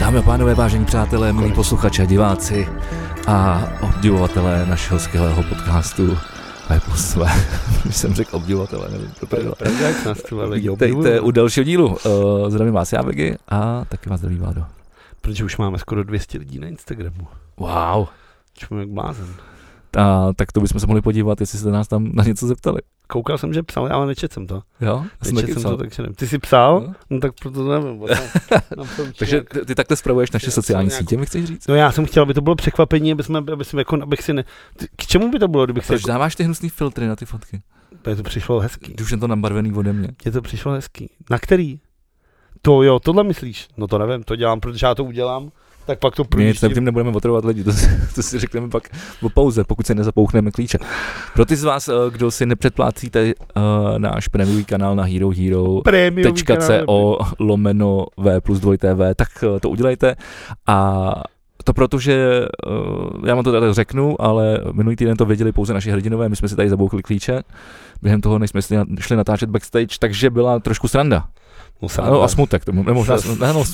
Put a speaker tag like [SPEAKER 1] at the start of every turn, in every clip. [SPEAKER 1] Dámy a pánové, vážení přátelé, milí posluchači a diváci a obdivovatelé našeho skvělého podcastu a je po své, když jsem řekl obdivovatelé, nevím, pro prdele.
[SPEAKER 2] Pravda, jak nás tu ale
[SPEAKER 1] Vítejte u dalšího dílu. Uh, zdravím vás já, Vegy, a taky vás zdraví Vádo.
[SPEAKER 2] Protože už máme skoro 200 lidí na Instagramu.
[SPEAKER 1] Wow.
[SPEAKER 2] Člověk blázen.
[SPEAKER 1] A, tak to bychom se mohli podívat, jestli jste nás tam na něco zeptali.
[SPEAKER 2] Koukal jsem, že psal, ale nečet jsem to.
[SPEAKER 1] Jo? Já jsem
[SPEAKER 2] Nečet
[SPEAKER 1] taky
[SPEAKER 2] jsem
[SPEAKER 1] psal.
[SPEAKER 2] to, takže nevím. Ty jsi psal?
[SPEAKER 1] No.
[SPEAKER 2] No tak proto to nevím. bo tam- tam jsem
[SPEAKER 1] Takže
[SPEAKER 2] nějak-
[SPEAKER 1] ty, ty takhle spravuješ naše
[SPEAKER 2] Já jsem
[SPEAKER 1] sociální
[SPEAKER 2] nějakou-
[SPEAKER 1] sítě, mi chceš říct?
[SPEAKER 2] No já jsem chtěl, aby to bylo překvapení, aby jsme, aby jsme jako, abych si ne... Ty- K čemu by to bylo, kdybych si...
[SPEAKER 1] Proč
[SPEAKER 2] Jako...
[SPEAKER 1] dáváš ty hnusný filtry na ty fotky?
[SPEAKER 2] Mně to přišlo hezký.
[SPEAKER 1] Ty Už je to nabarvený ode mě.
[SPEAKER 2] Mně to přišlo hezký. Na který? To jo, tohle myslíš? No to nevím, to dělám, protože já to udělám, tak pak to
[SPEAKER 1] My se
[SPEAKER 2] projíždím.
[SPEAKER 1] tím nebudeme otrovat lidi, to si, to si řekneme pak o pauze, pokud si nezapouchneme klíče. Pro ty z vás, eh, kdo si nepředplácíte eh, náš prémiový kanál na Hero Hero,
[SPEAKER 2] Prémiový kanál.
[SPEAKER 1] o lomeno V plus 2 TV, tak eh, to udělejte. A to proto, že eh, já vám to tady řeknu, ale minulý týden to věděli pouze naši hrdinové, my jsme si tady zabouchli klíče během toho, než jsme si na- šli natáčet backstage, takže byla trošku sranda.
[SPEAKER 2] No,
[SPEAKER 1] No,
[SPEAKER 2] sranda.
[SPEAKER 1] a smutek, to nebo možná,
[SPEAKER 2] Sas-
[SPEAKER 1] ne, no,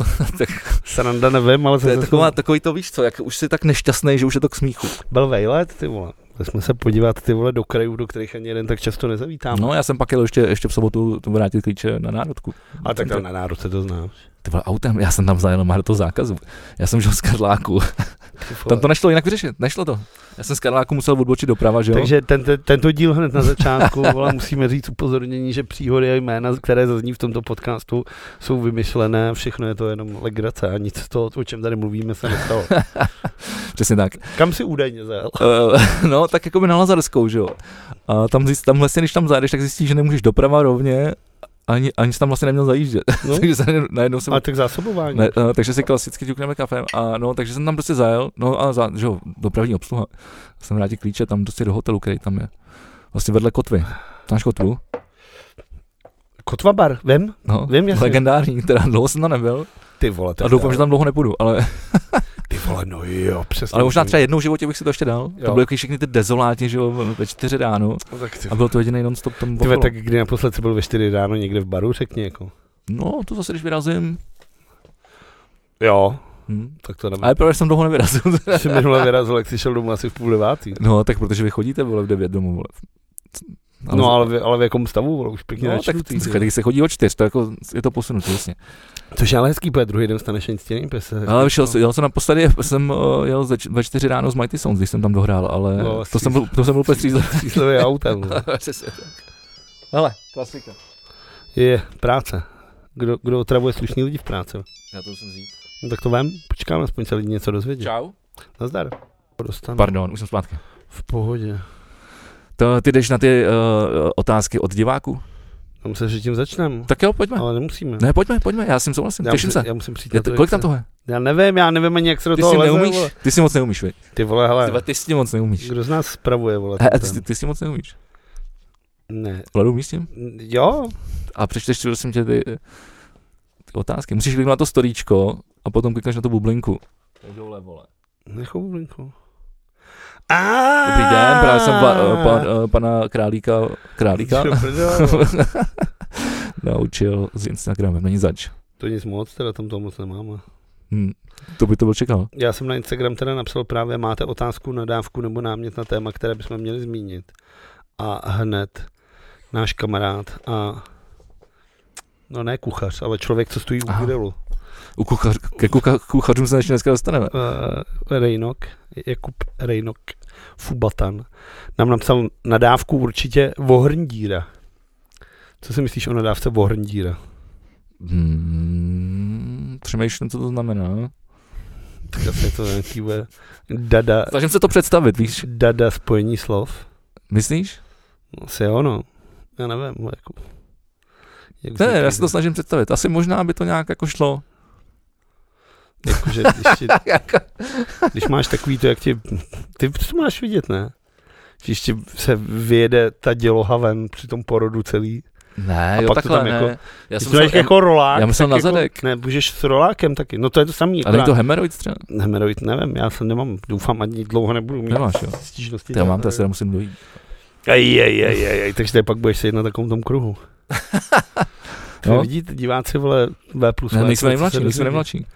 [SPEAKER 2] Sranda nevím, ale
[SPEAKER 1] to je
[SPEAKER 2] zase-
[SPEAKER 1] taková, takový to víš co, jak už jsi tak nešťastný, že už je to k smíchu.
[SPEAKER 2] Byl vejlet, ty vole. Byli jsme se podívat ty vole do krajů, do kterých ani jeden tak často nezavítáme.
[SPEAKER 1] No, já jsem pak jel ještě, ještě v sobotu tu vrátit klíče na národku.
[SPEAKER 2] A
[SPEAKER 1] Jsem
[SPEAKER 2] tak tam
[SPEAKER 1] to-
[SPEAKER 2] na národce to znáš.
[SPEAKER 1] Ty vole, autem, já jsem tam zajel, má do toho zákazu. Já jsem žil z Karláku.
[SPEAKER 2] Ty vole.
[SPEAKER 1] Tam to nešlo jinak vyřešit, nešlo to. Já jsem z Karláku musel odbočit doprava, že jo?
[SPEAKER 2] Takže ten, ten, tento díl hned na začátku vole, musíme říct upozornění, že příhody a jména, které zazní v tomto podcastu, jsou vymyšlené, všechno je to jenom legrace a nic z toho, o čem tady mluvíme, se nestalo.
[SPEAKER 1] Přesně tak.
[SPEAKER 2] Kam si údajně zajel?
[SPEAKER 1] Eh, no, tak jako by na Lazarskou, že jo? A tam, zjist, tam vlastně, když tam zajdeš, tak zjistíš, že nemůžeš doprava rovně, ani, ani jsi tam vlastně neměl zajíždět.
[SPEAKER 2] No,
[SPEAKER 1] takže se najednou jsem
[SPEAKER 2] a tak zásobování.
[SPEAKER 1] Ne, uh, takže si klasicky ťukneme kafem a no, takže jsem tam prostě zajel, no a za, že jo, dopravní obsluha. Jsem vrátil klíče tam prostě do hotelu, který tam je. Vlastně vedle kotvy. Znáš kotvu?
[SPEAKER 2] Kotva bar, vem?
[SPEAKER 1] No,
[SPEAKER 2] Vím, jasně.
[SPEAKER 1] legendární, teda dlouho jsem tam nebyl
[SPEAKER 2] Ty vole, to
[SPEAKER 1] a
[SPEAKER 2] je
[SPEAKER 1] doufám,
[SPEAKER 2] dál.
[SPEAKER 1] že tam dlouho nepůjdu, ale,
[SPEAKER 2] Ty vole, no jo, přesně.
[SPEAKER 1] ale možná třeba jednou v životě bych si to ještě dal.
[SPEAKER 2] Jo.
[SPEAKER 1] To byly všechny ty dezoláti, že jo, ve čtyři ráno
[SPEAKER 2] No, tak ty,
[SPEAKER 1] a byl to jediný non-stop tam
[SPEAKER 2] ty vole,
[SPEAKER 1] okolo.
[SPEAKER 2] tak kdy naposled jsi byl ve 4 ráno někde v baru, řekni jako.
[SPEAKER 1] No, to zase, když vyrazím.
[SPEAKER 2] Jo,
[SPEAKER 1] Hm.
[SPEAKER 2] tak to nevím.
[SPEAKER 1] Ale právě jsem dlouho nevyrazil.
[SPEAKER 2] Ty jsi minule vyrazil, jak jsi šel domů asi v půl devátý.
[SPEAKER 1] no, tak protože vy chodíte, vole, v devět domů, vole.
[SPEAKER 2] No ale, v- ale v jakom stavu, vole, už pěkně
[SPEAKER 1] No, tak
[SPEAKER 2] načnutý, ty.
[SPEAKER 1] když se chodí o čtyř, to jako, je to posunutý, jasně.
[SPEAKER 2] Což je ale hezký, protože druhý den staneš nic tě pes.
[SPEAKER 1] Ale vyšel, jsem- jel jsem naposledy, jsem eh, jel ze, č- ve čtyři ráno z Mighty Sounds, když jsem tam dohrál, ale
[SPEAKER 2] No,
[SPEAKER 1] to,
[SPEAKER 2] stříz-
[SPEAKER 1] jsem byl, to jsem byl úplně střízl.
[SPEAKER 2] Příslově autem. no.
[SPEAKER 1] Hele, klasika.
[SPEAKER 2] Je práce. Kdo, kdo otravuje slušný lidi v práci?
[SPEAKER 1] Já to musím říct.
[SPEAKER 2] No tak to vem, počkáme, aspoň se lidi něco dozvědí.
[SPEAKER 1] Čau.
[SPEAKER 2] Nazdar. Dostanu.
[SPEAKER 1] Pardon, už jsem zpátky.
[SPEAKER 2] V pohodě.
[SPEAKER 1] To, ty jdeš na ty uh, otázky od diváků?
[SPEAKER 2] Já No, myslím, že tím začneme.
[SPEAKER 1] Tak jo, pojďme.
[SPEAKER 2] Ale nemusíme.
[SPEAKER 1] Ne, pojďme, pojďme, já s tím souhlasím,
[SPEAKER 2] No. já,
[SPEAKER 1] těším
[SPEAKER 2] musím,
[SPEAKER 1] se.
[SPEAKER 2] já musím přijít.
[SPEAKER 1] Je
[SPEAKER 2] na
[SPEAKER 1] to,
[SPEAKER 2] jak
[SPEAKER 1] kolik tam
[SPEAKER 2] se-
[SPEAKER 1] toho je?
[SPEAKER 2] Já nevím, já nevím ani, jak se do
[SPEAKER 1] Ty
[SPEAKER 2] toho
[SPEAKER 1] si
[SPEAKER 2] leze,
[SPEAKER 1] neumíš,
[SPEAKER 2] vole.
[SPEAKER 1] ty si moc neumíš, vy.
[SPEAKER 2] Ty vole,
[SPEAKER 1] Ty, vole,
[SPEAKER 2] hele,
[SPEAKER 1] ty si moc neumíš.
[SPEAKER 2] kdo z nás spravuje, vole?
[SPEAKER 1] He,
[SPEAKER 2] ten-
[SPEAKER 1] ty, ty si moc neumíš.
[SPEAKER 2] Ne.
[SPEAKER 1] Vladu, umíš s tím?
[SPEAKER 2] Jo,
[SPEAKER 1] A přečteš si, prosím tě, ty, eh, ty otázky. Musíš kliknout na to storíčko a potom klikneš na tu bublinku. Dole, vole.
[SPEAKER 2] nechou blinku.
[SPEAKER 1] Dobrý den, právě jsem eh, pa,
[SPEAKER 2] Ah.
[SPEAKER 1] pa, pana Králíka, Králíka naučil s Instagramem, není zač.
[SPEAKER 2] To nic moc, teda tam toho moc nemáme.
[SPEAKER 1] Hm, to by to byl čekal.
[SPEAKER 2] Já jsem na Instagram teda napsal právě, máte otázku, nadávku nebo námět na téma, které bychom měli zmínit. A hned náš kamarád a no ne kuchař, ale člověk, co stojí
[SPEAKER 1] Aha.
[SPEAKER 2] u grilu.
[SPEAKER 1] U kuchař, ke kucha, kuchařům se ještě dneska dostaneme.
[SPEAKER 2] Uh, Rejnok, Jakub Rejnok Fubatan, nám napsal nadávku určitě Vohrndíra. Co si myslíš o nadávce Vohrndíra?
[SPEAKER 1] Hmm, přemýšlím, co to znamená.
[SPEAKER 2] Tak asi je to nějaký bude dada,
[SPEAKER 1] Snažím se to představit, víš?
[SPEAKER 2] dada spojení slov.
[SPEAKER 1] Myslíš?
[SPEAKER 2] No, Asi jo, no. Já nevím, no, jako... Jak
[SPEAKER 1] Ne,
[SPEAKER 2] vzniká
[SPEAKER 1] já se to
[SPEAKER 2] to-
[SPEAKER 1] snažím představit. Asi možná by to nějak jako šlo.
[SPEAKER 2] Jako, že když, ti, Jako- když máš takový to, jak ti... Ty to máš vidět, ne? Když ti se vyjede ta děloha ven při tom porodu celý.
[SPEAKER 1] ne,
[SPEAKER 2] A
[SPEAKER 1] jo,
[SPEAKER 2] pak to
[SPEAKER 1] takhle
[SPEAKER 2] tam
[SPEAKER 1] ne.
[SPEAKER 2] jako-
[SPEAKER 1] já
[SPEAKER 2] Když
[SPEAKER 1] jsem
[SPEAKER 2] to máš
[SPEAKER 1] myslel,
[SPEAKER 2] jako rolák.
[SPEAKER 1] já myslel
[SPEAKER 2] tak
[SPEAKER 1] na
[SPEAKER 2] jako,
[SPEAKER 1] zadek.
[SPEAKER 2] Ne, můžeš s rolákem taky. No to je to samý.
[SPEAKER 1] ale není to hemeroid třeba?
[SPEAKER 2] Hemeroid, nevím, já se nemám, doufám, ani dlouho nebudu mít
[SPEAKER 1] Nemáš, jo?
[SPEAKER 2] stížnosti.
[SPEAKER 1] Ty, já mám to, asi musím dojít.
[SPEAKER 2] Aj, aj, aj, aj, aj, takže tady pak budeš sedět na takovém tom kruhu. no?
[SPEAKER 1] No.
[SPEAKER 2] Vidíte, diváci, vole, V plus
[SPEAKER 1] Ne, nejsme
[SPEAKER 2] V plus, co se
[SPEAKER 1] nejmladší, nejsme
[SPEAKER 2] dozvědí.
[SPEAKER 1] nejmladší.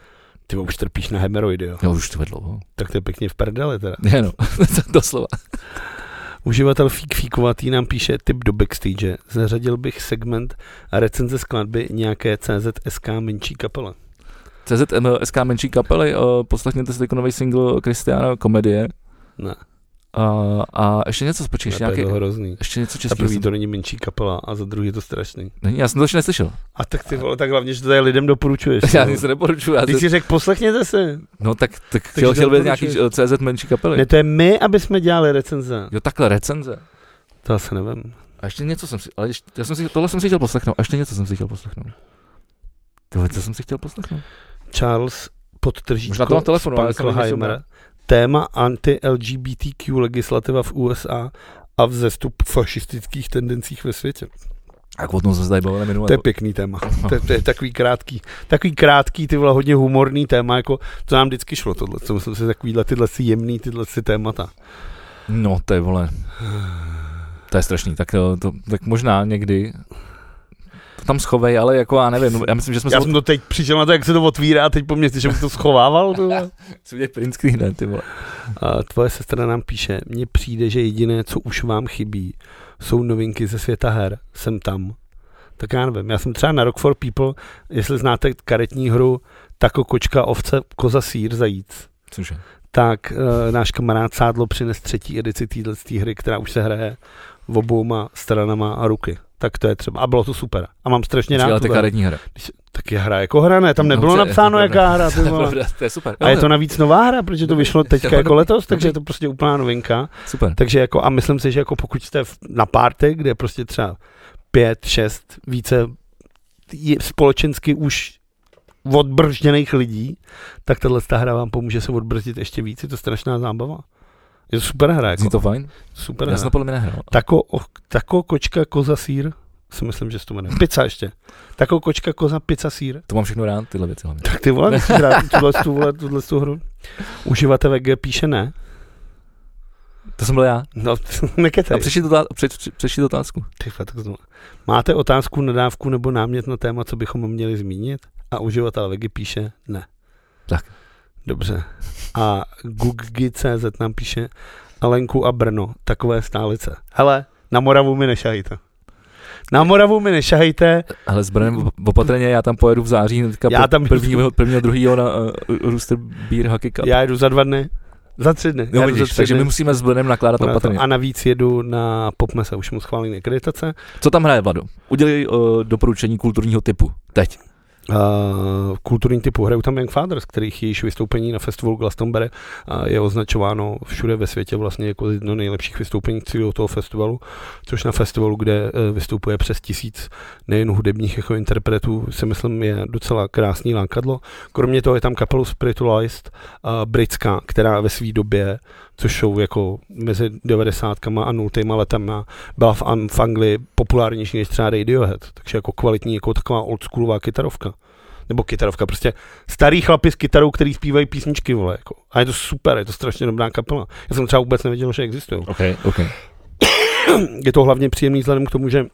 [SPEAKER 2] Ty už trpíš na hemeroidy, jo.
[SPEAKER 1] Jo, už to vedlo.
[SPEAKER 2] Tak to je pěkně v perdele teda.
[SPEAKER 1] Ne, no, doslova.
[SPEAKER 2] Uživatel Fík Fíkovatý nám píše tip do backstage. Zařadil bych segment recenze skladby nějaké CZSK menší kapele.
[SPEAKER 1] CZM, SK menší kapely, uh, poslechněte si takový nový single Kristiana Komedie.
[SPEAKER 2] Ne.
[SPEAKER 1] Uh, a ještě něco, počkej,
[SPEAKER 2] Ne,
[SPEAKER 1] ještě
[SPEAKER 2] to je
[SPEAKER 1] nějaký,
[SPEAKER 2] to hrozný.
[SPEAKER 1] ještě něco
[SPEAKER 2] Za
[SPEAKER 1] českého.
[SPEAKER 2] prvý
[SPEAKER 1] jsem-
[SPEAKER 2] to není menší kapela a za druhý je to strašný.
[SPEAKER 1] Není, já jsem to ještě neslyšel.
[SPEAKER 2] A tak ty vole, tak hlavně, že to tady lidem doporučuješ.
[SPEAKER 1] Já
[SPEAKER 2] jo.
[SPEAKER 1] nic neporučuji. Já
[SPEAKER 2] Ty
[SPEAKER 1] to,
[SPEAKER 2] si řekl, poslechněte se.
[SPEAKER 1] no tak, tak
[SPEAKER 2] Takže
[SPEAKER 1] chtěl, chtěl být nějaký
[SPEAKER 2] doporučuješ.
[SPEAKER 1] uh, CZ menší kapely.
[SPEAKER 2] Ne, to je my, aby jsme dělali recenze.
[SPEAKER 1] Jo, takhle recenze.
[SPEAKER 2] To asi nevím.
[SPEAKER 1] A ještě něco jsem si, ale ještě, já jsem si, tohle jsem si chtěl poslechnout, a ještě něco jsem si chtěl poslechnout. Tohle, co jsem si chtěl poslechnout?
[SPEAKER 2] Charles podtržíčko
[SPEAKER 1] Možná to mám telefonu, ale jsem
[SPEAKER 2] Spankelheimer. Téma anti-LGBTQ legislativa v USA a vzestup fašistických tendencích ve světě.
[SPEAKER 1] Jak o tom jsme se tady bavili minule.
[SPEAKER 2] To je pěkný téma.
[SPEAKER 1] No.
[SPEAKER 2] To je, to je takový krátký, takový krátký, ty vole, hodně humorný téma, jako to nám vždycky šlo tohle, co myslím si, takovýhle tyhle si jemný, tyhle si témata.
[SPEAKER 1] No, to je vole. To je strašný, tak, eh, to, tak možná někdy to tam schovej, ale jako já nevím, no, já myslím, že jsme
[SPEAKER 2] Já
[SPEAKER 1] se
[SPEAKER 2] jsem to teď přišel na to, jak se to otvírá, teď po mně, že bych to schovával. To.
[SPEAKER 1] jsem udělal print screen, ne, ty vole.
[SPEAKER 2] A tvoje sestra nám píše, mně přijde, že jediné, co už vám chybí, jsou novinky ze světa her. Jsem tam. Tak já nevím, já jsem třeba na Rock for People, jestli znáte karetní hru Tako kočka, ovce, koza, sír, zajíc.
[SPEAKER 1] Cože?
[SPEAKER 2] tak e, náš kamarád Sádlo přines třetí edici téhle hry, která už se hraje v obouma stranama a ruky. Tak to je třeba. A bylo to super. A mám strašně rád.
[SPEAKER 1] Přijala ty
[SPEAKER 2] tuhle.
[SPEAKER 1] karetní hra.
[SPEAKER 2] Tak je hra jako hra, ne?
[SPEAKER 1] No,
[SPEAKER 2] Tam nebylo
[SPEAKER 1] to je-
[SPEAKER 2] napsáno,
[SPEAKER 1] to je
[SPEAKER 2] jaká hra. Ty
[SPEAKER 1] To je,
[SPEAKER 2] vole.
[SPEAKER 1] pravda, to je super.
[SPEAKER 2] A je to navíc nová hra, protože to vyšlo teďka
[SPEAKER 1] Dobrý.
[SPEAKER 2] jako letos, takže
[SPEAKER 1] Dobrý.
[SPEAKER 2] je to prostě úplná novinka.
[SPEAKER 1] Super.
[SPEAKER 2] Takže jako, a myslím si, že jako pokud jste v- na párty, kde je prostě třeba pět, šest, více je společensky už odbržděných lidí, tak tahle ta hra vám pomůže se odbrzdit ještě víc. Je to strašná zábava. Je to super hra. Jako.
[SPEAKER 1] Zní to fajn?
[SPEAKER 2] super
[SPEAKER 1] Já
[SPEAKER 2] hra.
[SPEAKER 1] jsem to podle mě nehrál.
[SPEAKER 2] Tako, o, tako, kočka, koza, sír. Si myslím, že se to jmenuje. Pizza ještě. Tako, kočka, koza, pizza, sír.
[SPEAKER 1] To mám všechno rád, tyhle věci hlavně.
[SPEAKER 2] Tak ty vole, musíš hrát tuhle, tuhle, tuhle, tuhle hru. Uživatel VG píše ne.
[SPEAKER 1] To jsem byl já.
[SPEAKER 2] No, neketej.
[SPEAKER 1] A přečti tu otá- přeč- přečti tu otázku.
[SPEAKER 2] Ty vole, tak znovu. Máte otázku, nadávku nebo námět na téma, co bychom měli zmínit? A uživatel Vegy píše ne.
[SPEAKER 1] Tak.
[SPEAKER 2] Dobře. A guggy.cz nám píše Alenku a Brno, takové stálice. Hele, na Moravu mi nešahejte. Na Moravu mi nešahejte,
[SPEAKER 1] Ale s Brnem op- opatrně, já tam pojedu v září, teďka
[SPEAKER 2] Já
[SPEAKER 1] já
[SPEAKER 2] tam-
[SPEAKER 1] tam prvního, prvního druhýho na uh, Rooster Beer Hockey Cup.
[SPEAKER 2] já jedu za dva dny, za tři dny.
[SPEAKER 1] Jo,
[SPEAKER 2] já jedu
[SPEAKER 1] vidíš,
[SPEAKER 2] za tři
[SPEAKER 1] takže my
[SPEAKER 2] dny.
[SPEAKER 1] musíme s Brnem nakládat opatrně.
[SPEAKER 2] a navíc jedu na Popmese, už mu schválili akreditace.
[SPEAKER 1] Co tam hraje, Vlado? Udělej uh, doporučení kulturního typu. Teď.
[SPEAKER 2] Uh, kulturní typu. Hrajou tam Young Fathers, kterých jejíž vystoupení na festivalu Glastonbury uh, je označováno všude ve světě vlastně jako jedno nejlepších vystoupení celého toho festivalu, což na festivalu, kde uh, vystupuje přes tisíc nejen hudebních jako interpretů, si myslím je docela krásný lákadlo. Kromě toho je tam kapelu Spiritualized uh, britská, která ve své době, což jsou jako mezi 90. a 0. letama, byla v, An- v Anglii populárnější než třeba Radiohead, takže jako kvalitní, jako taková oldschoolová kytarovka nebo kytarovka, prostě starý chlapi s kytarou, který zpívají písničky, vole, jako. A je to super, je to strašně dobrá kapela. Já jsem třeba vůbec nevěděl, že existují.
[SPEAKER 1] OK, OK.
[SPEAKER 2] Je to hlavně příjemný vzhledem k tomu, že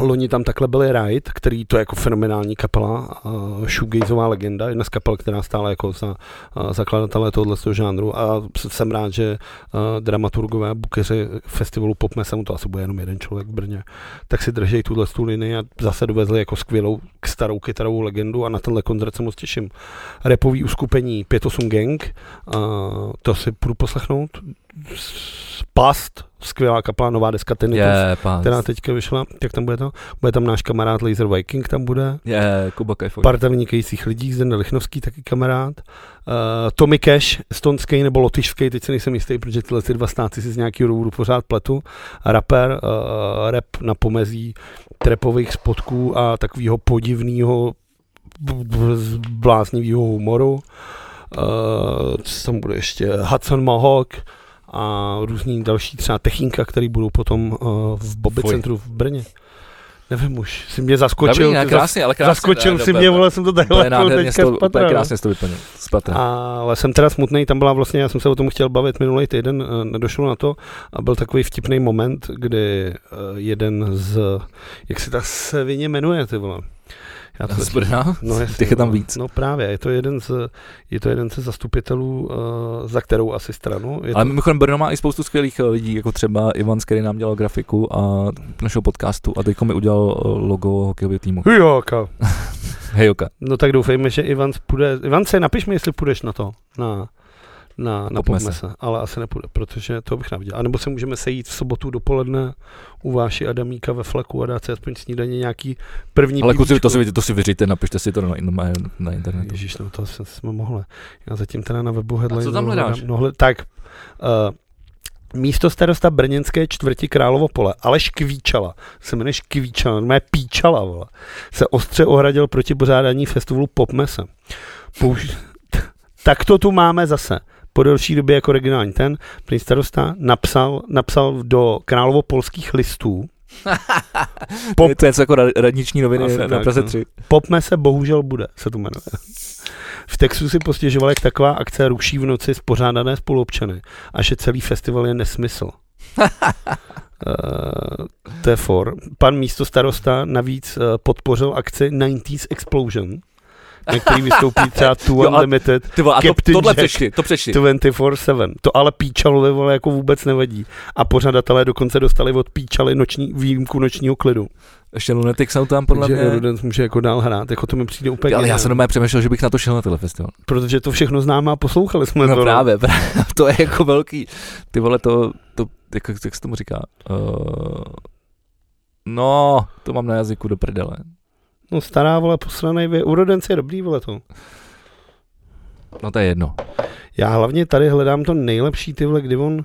[SPEAKER 2] loni tam takhle byly Ride, který to je jako fenomenální kapela, uh, shoegazová legenda, jedna z kapel, která stála jako za uh, zakladatele tohohle žánru a s- jsem rád, že uh, dramaturgové a bukeři festivalu Popmese, mu to asi bude jenom jeden člověk v Brně, tak si držej tuhle tu linii a zase dovezli jako skvělou k starou kytarovou legendu a na tenhle koncert se moc těším. Repový uskupení 58 Gang, uh, to si půjdu poslechnout. S- Past, skvělá kapela, nová deska Tinnitus,
[SPEAKER 1] Je, pán.
[SPEAKER 2] která teďka vyšla, tak tam bude to. Bude tam náš kamarád Laser Viking, tam bude.
[SPEAKER 1] Je, Kuba Kajfoj.
[SPEAKER 2] Parta vynikajících lidí, Zden Lichnovský, taky kamarád. Uh, Tommy Cash, estonský nebo lotyšský, teď se nejsem jistý, protože tyhle ty dva státy si z nějakého důvodu pořád pletu. Rapper, uh, rap na pomezí trepových spotků a takového podivného bláznivého humoru. Uh, co tam bude ještě? Hudson Mohawk a různý další třeba techínka, který budou potom uh, v Bobby
[SPEAKER 1] Fuj.
[SPEAKER 2] centru v Brně. Nevím už, si mě
[SPEAKER 1] Dobrý,
[SPEAKER 2] zaskočil.
[SPEAKER 1] ne,
[SPEAKER 2] ty zas-
[SPEAKER 1] krásně, ale krásně.
[SPEAKER 2] Zaskočil
[SPEAKER 1] ne,
[SPEAKER 2] si
[SPEAKER 1] dobré,
[SPEAKER 2] mě,
[SPEAKER 1] dobré.
[SPEAKER 2] vole, jsem to
[SPEAKER 1] To je
[SPEAKER 2] takhle jako
[SPEAKER 1] nádherně,
[SPEAKER 2] teďka
[SPEAKER 1] to,
[SPEAKER 2] no.
[SPEAKER 1] to je
[SPEAKER 2] spatrál.
[SPEAKER 1] krásně jsi to vyplnil. Spatra.
[SPEAKER 2] Ale jsem teda smutný, tam byla vlastně, já jsem se o tom chtěl bavit minulý týden, eh, nedošlo na to a byl takový vtipný moment, kdy eh, jeden z, jak se ta svině jmenuje, ty vole, Já to
[SPEAKER 1] Z Brna?
[SPEAKER 2] No, jasně,
[SPEAKER 1] Těch je tam
[SPEAKER 2] no.
[SPEAKER 1] víc.
[SPEAKER 2] No právě, je to jeden z, je to jeden ze zastupitelů, uh, za kterou asi stranu. Je
[SPEAKER 1] Ale
[SPEAKER 2] to,
[SPEAKER 1] mimochodem Brno má i spoustu skvělých eh, lidí, jako třeba Ivan, který nám dělal grafiku a našeho podcastu a teďko mi udělal eh, logo hokejového týmu.
[SPEAKER 2] Hujáka.
[SPEAKER 1] Hejoka.
[SPEAKER 2] No tak doufejme, že Ivan půjde. Ivan se napiš mi, jestli půjdeš na to. Na, na, na
[SPEAKER 1] Popmese.
[SPEAKER 2] popmese. Ale asi nepůjde, protože to bych neviděl. A nebo se můžeme sejít v sobotu dopoledne u váši Adamíka ve fleku a dát si aspoň snídaně nějaký první
[SPEAKER 1] Ale kluci,
[SPEAKER 2] pivníčko.
[SPEAKER 1] to si, vy- to si vyřiďte, napište si to na, na, na internetu.
[SPEAKER 2] Ježíš, no to jsme, jsme mohli. Já zatím teda na webu headline.
[SPEAKER 1] co tam
[SPEAKER 2] hledám-
[SPEAKER 1] hledáš?
[SPEAKER 2] No, hled, tak, uh, místo starosta brněnské čtvrti Královo pole, Aleš Kvíčala, se jmenuje Kvíčala, normálně Píčala, vole, se ostře ohradil proti pořádání festivalu Popmese. Použ... t- tak to tu máme zase. Po delší době jako regionální ten, prý starosta napsal, napsal do Královopolských listů, Pop-
[SPEAKER 1] Pop. To je něco jako ra- radniční noviny
[SPEAKER 2] Asi
[SPEAKER 1] na, na
[SPEAKER 2] tak,
[SPEAKER 1] Praze
[SPEAKER 2] no.
[SPEAKER 1] 3.
[SPEAKER 2] Popme se bohužel bude, se to jmenuje. V Texu si postěžoval, jak taková akce ruší v noci spořádané spoluobčany a že celý festival je nesmysl. Uh, to je for. Pan místo starosta navíc eh, podpořil akci 90s Explosion, na který vystoupí třeba Two
[SPEAKER 1] Jo, a-
[SPEAKER 2] Unlimited
[SPEAKER 1] Ty vole, a to,
[SPEAKER 2] Captain
[SPEAKER 1] tohle
[SPEAKER 2] Jack.
[SPEAKER 1] přečti, to přečti.
[SPEAKER 2] 24-7. To ale píčalovi vole jako vůbec nevadí. A pořadatelé dokonce dostali od píčaly noční, výjimku nočního klidu.
[SPEAKER 1] Ještě Lunatic jsou tam podle
[SPEAKER 2] Takže
[SPEAKER 1] mě.
[SPEAKER 2] Rudens může jako dál hrát. Jako to mi přijde úplně
[SPEAKER 1] Ale já
[SPEAKER 2] geniální.
[SPEAKER 1] jsem doma přemýšlel, že bych na to šel na tenhle festival.
[SPEAKER 2] protože to všechno známe a poslouchali jsme
[SPEAKER 1] No
[SPEAKER 2] to.
[SPEAKER 1] právě, právě, to je jako velký. Ty vole, to, to jak, jak se tomu říká? Uh, no, to mám na jazyku do prdele.
[SPEAKER 2] No stará vole, posranej vě. Urodenci je dobrý vole to.
[SPEAKER 1] No to je jedno.
[SPEAKER 2] Já hlavně tady hledám to nejlepší ty vole, kdy on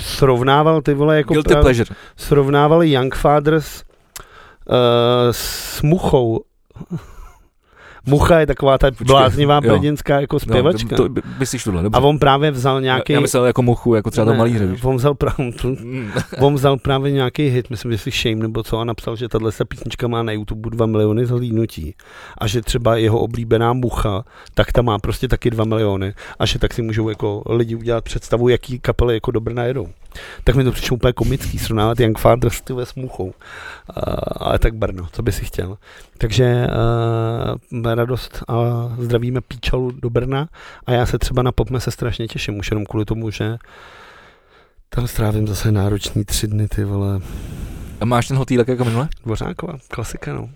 [SPEAKER 2] srovnával ty vole jako
[SPEAKER 1] Guilty
[SPEAKER 2] pra-
[SPEAKER 1] pleasure.
[SPEAKER 2] srovnával Young Fathers uh, s Muchou. Mucha je taková ta
[SPEAKER 1] Počkej,
[SPEAKER 2] bláznivá
[SPEAKER 1] jo.
[SPEAKER 2] brněnská jako zpěvačka.
[SPEAKER 1] No, to, to, myslíš tohle, dobře.
[SPEAKER 2] a on právě vzal nějaký...
[SPEAKER 1] Já myslel jako muchu, jako třeba to malíře, víš.
[SPEAKER 2] on vzal, právě,
[SPEAKER 1] Mm.
[SPEAKER 2] on vzal právě nějaký hit, myslím, jestli Shame nebo co, a napsal, že tahle se písnička má na YouTube 2 miliony zhlídnutí a že třeba jeho oblíbená mucha, tak ta má prostě taky 2 miliony a že tak si můžou jako lidi udělat představu, jaký kapely jako do Brna jedou. Tak mi to přišlo úplně komický, srovnávat Young Fathers ty vole, s muchou. Uh, ale tak Brno, co by si chtěl. Takže uh, radost a zdravíme píčalu do Brna a já se třeba na popme se strašně těším, už jenom kvůli tomu, že tam strávím zase nároční tři dny, ty vole.
[SPEAKER 1] A máš ten hotýlek jako minule?
[SPEAKER 2] Dvořáková, klasika, no.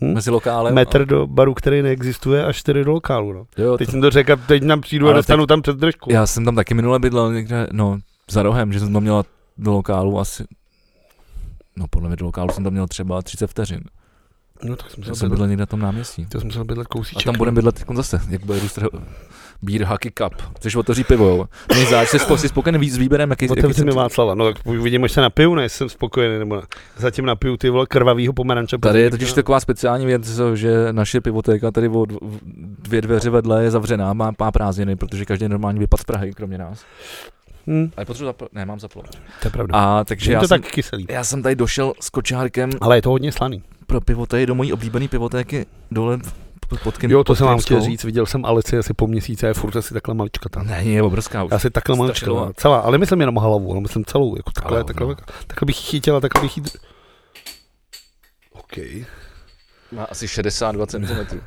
[SPEAKER 2] Hm?
[SPEAKER 1] Mezi lokálem?
[SPEAKER 2] Metr do baru, který neexistuje, a čtyři do lokálu, no.
[SPEAKER 1] A, jo,
[SPEAKER 2] Teď
[SPEAKER 1] to-
[SPEAKER 2] jsem to řekl, a teď nám přijdu a
[SPEAKER 1] Ale
[SPEAKER 2] dostanu tam přes držku.
[SPEAKER 1] Já jsem tam taky minule bydlel někde, no, za rohem, že jsem tam měla do lokálu asi, no podle mě do lokálu jsem tam měl třeba 30 vteřin.
[SPEAKER 2] No tak jsem
[SPEAKER 1] Já jsem
[SPEAKER 2] se bydlel,
[SPEAKER 1] bydlel někde na tom náměstí.
[SPEAKER 2] to jsem musel bydlet
[SPEAKER 1] A
[SPEAKER 2] kousíček. no.
[SPEAKER 1] tam budeme bydlet teď zase, jak bude růst Beer Hockey Cup, což otevří pivo, jo. Mě záleží, jsi spo- jsi spokojený víc s výběrem, jaký, jaký
[SPEAKER 2] Otevři mi Václava, no tak uvidím, až se napiju, ne, jsem spokojený, nebo ne. Zatím napiju ty vole krvavýho pomeranče.
[SPEAKER 1] Tady je totiž taková speciální věc, že naše pivotéka tady o dv- dvě dveře vedle je zavřená, má, má prázdniny, protože každý normální vypad z Prahy, kromě nás.
[SPEAKER 2] Hm,
[SPEAKER 1] Ale potřebuji zapl- ne, mám zaplo.
[SPEAKER 2] to je pravda.
[SPEAKER 1] A takže
[SPEAKER 2] je
[SPEAKER 1] já
[SPEAKER 2] to
[SPEAKER 1] jsem,
[SPEAKER 2] tak kyselý.
[SPEAKER 1] já jsem tady došel s kočárkem
[SPEAKER 2] Ale je to hodně slaný.
[SPEAKER 1] pro pivotéky, do mojí oblíbené pivotéky dole p- pod kým,
[SPEAKER 2] Jo, to
[SPEAKER 1] pod
[SPEAKER 2] jsem vám
[SPEAKER 1] Krymskou.
[SPEAKER 2] chtěl říct, viděl jsem Alici asi po měsíci a je furt asi takhle maličkatá.
[SPEAKER 1] Ne, je obrovská už.
[SPEAKER 2] Já si takhle mám
[SPEAKER 1] Strašidlo.
[SPEAKER 2] čkrát. Celá, ale myslím jenom hlavu, ale myslím celou, jako takhle,
[SPEAKER 1] Ale
[SPEAKER 2] takhle,
[SPEAKER 1] ono.
[SPEAKER 2] takhle, takhle bych ji chytil, takhle bych jí... dr- OK.
[SPEAKER 1] Má asi 62 cm.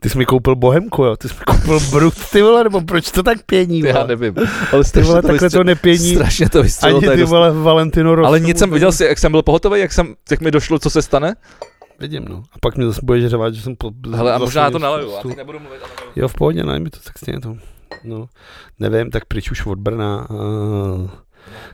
[SPEAKER 2] Ty jsi mi koupil bohemku, jo? Ty jsi mi koupil brut, ty vole, nebo proč to tak pění,
[SPEAKER 1] Já
[SPEAKER 2] vole?
[SPEAKER 1] nevím. Ale
[SPEAKER 2] Ty vole,
[SPEAKER 1] to
[SPEAKER 2] takhle to
[SPEAKER 1] vystřel,
[SPEAKER 2] nepění,
[SPEAKER 1] strašně to vystřelo.
[SPEAKER 2] ani ty vole Valentino Rossi.
[SPEAKER 1] ale nic jsem
[SPEAKER 2] vole. prostě
[SPEAKER 1] viděl, si, jak jsem byl pohotový, jak, jsem, jak mi došlo, co se stane.
[SPEAKER 2] Vidím, no. A pak mě zase budeš řevát, že jsem... Po,
[SPEAKER 1] Hele, a možná já to
[SPEAKER 2] zaslonil
[SPEAKER 1] naleju, já
[SPEAKER 2] cestu.
[SPEAKER 1] teď nebudu mluvit. ale naleju.
[SPEAKER 2] Jo, v pohodě, ne, mi to tak stejně to. No, nevím, tak pryč už od Brna. Uh,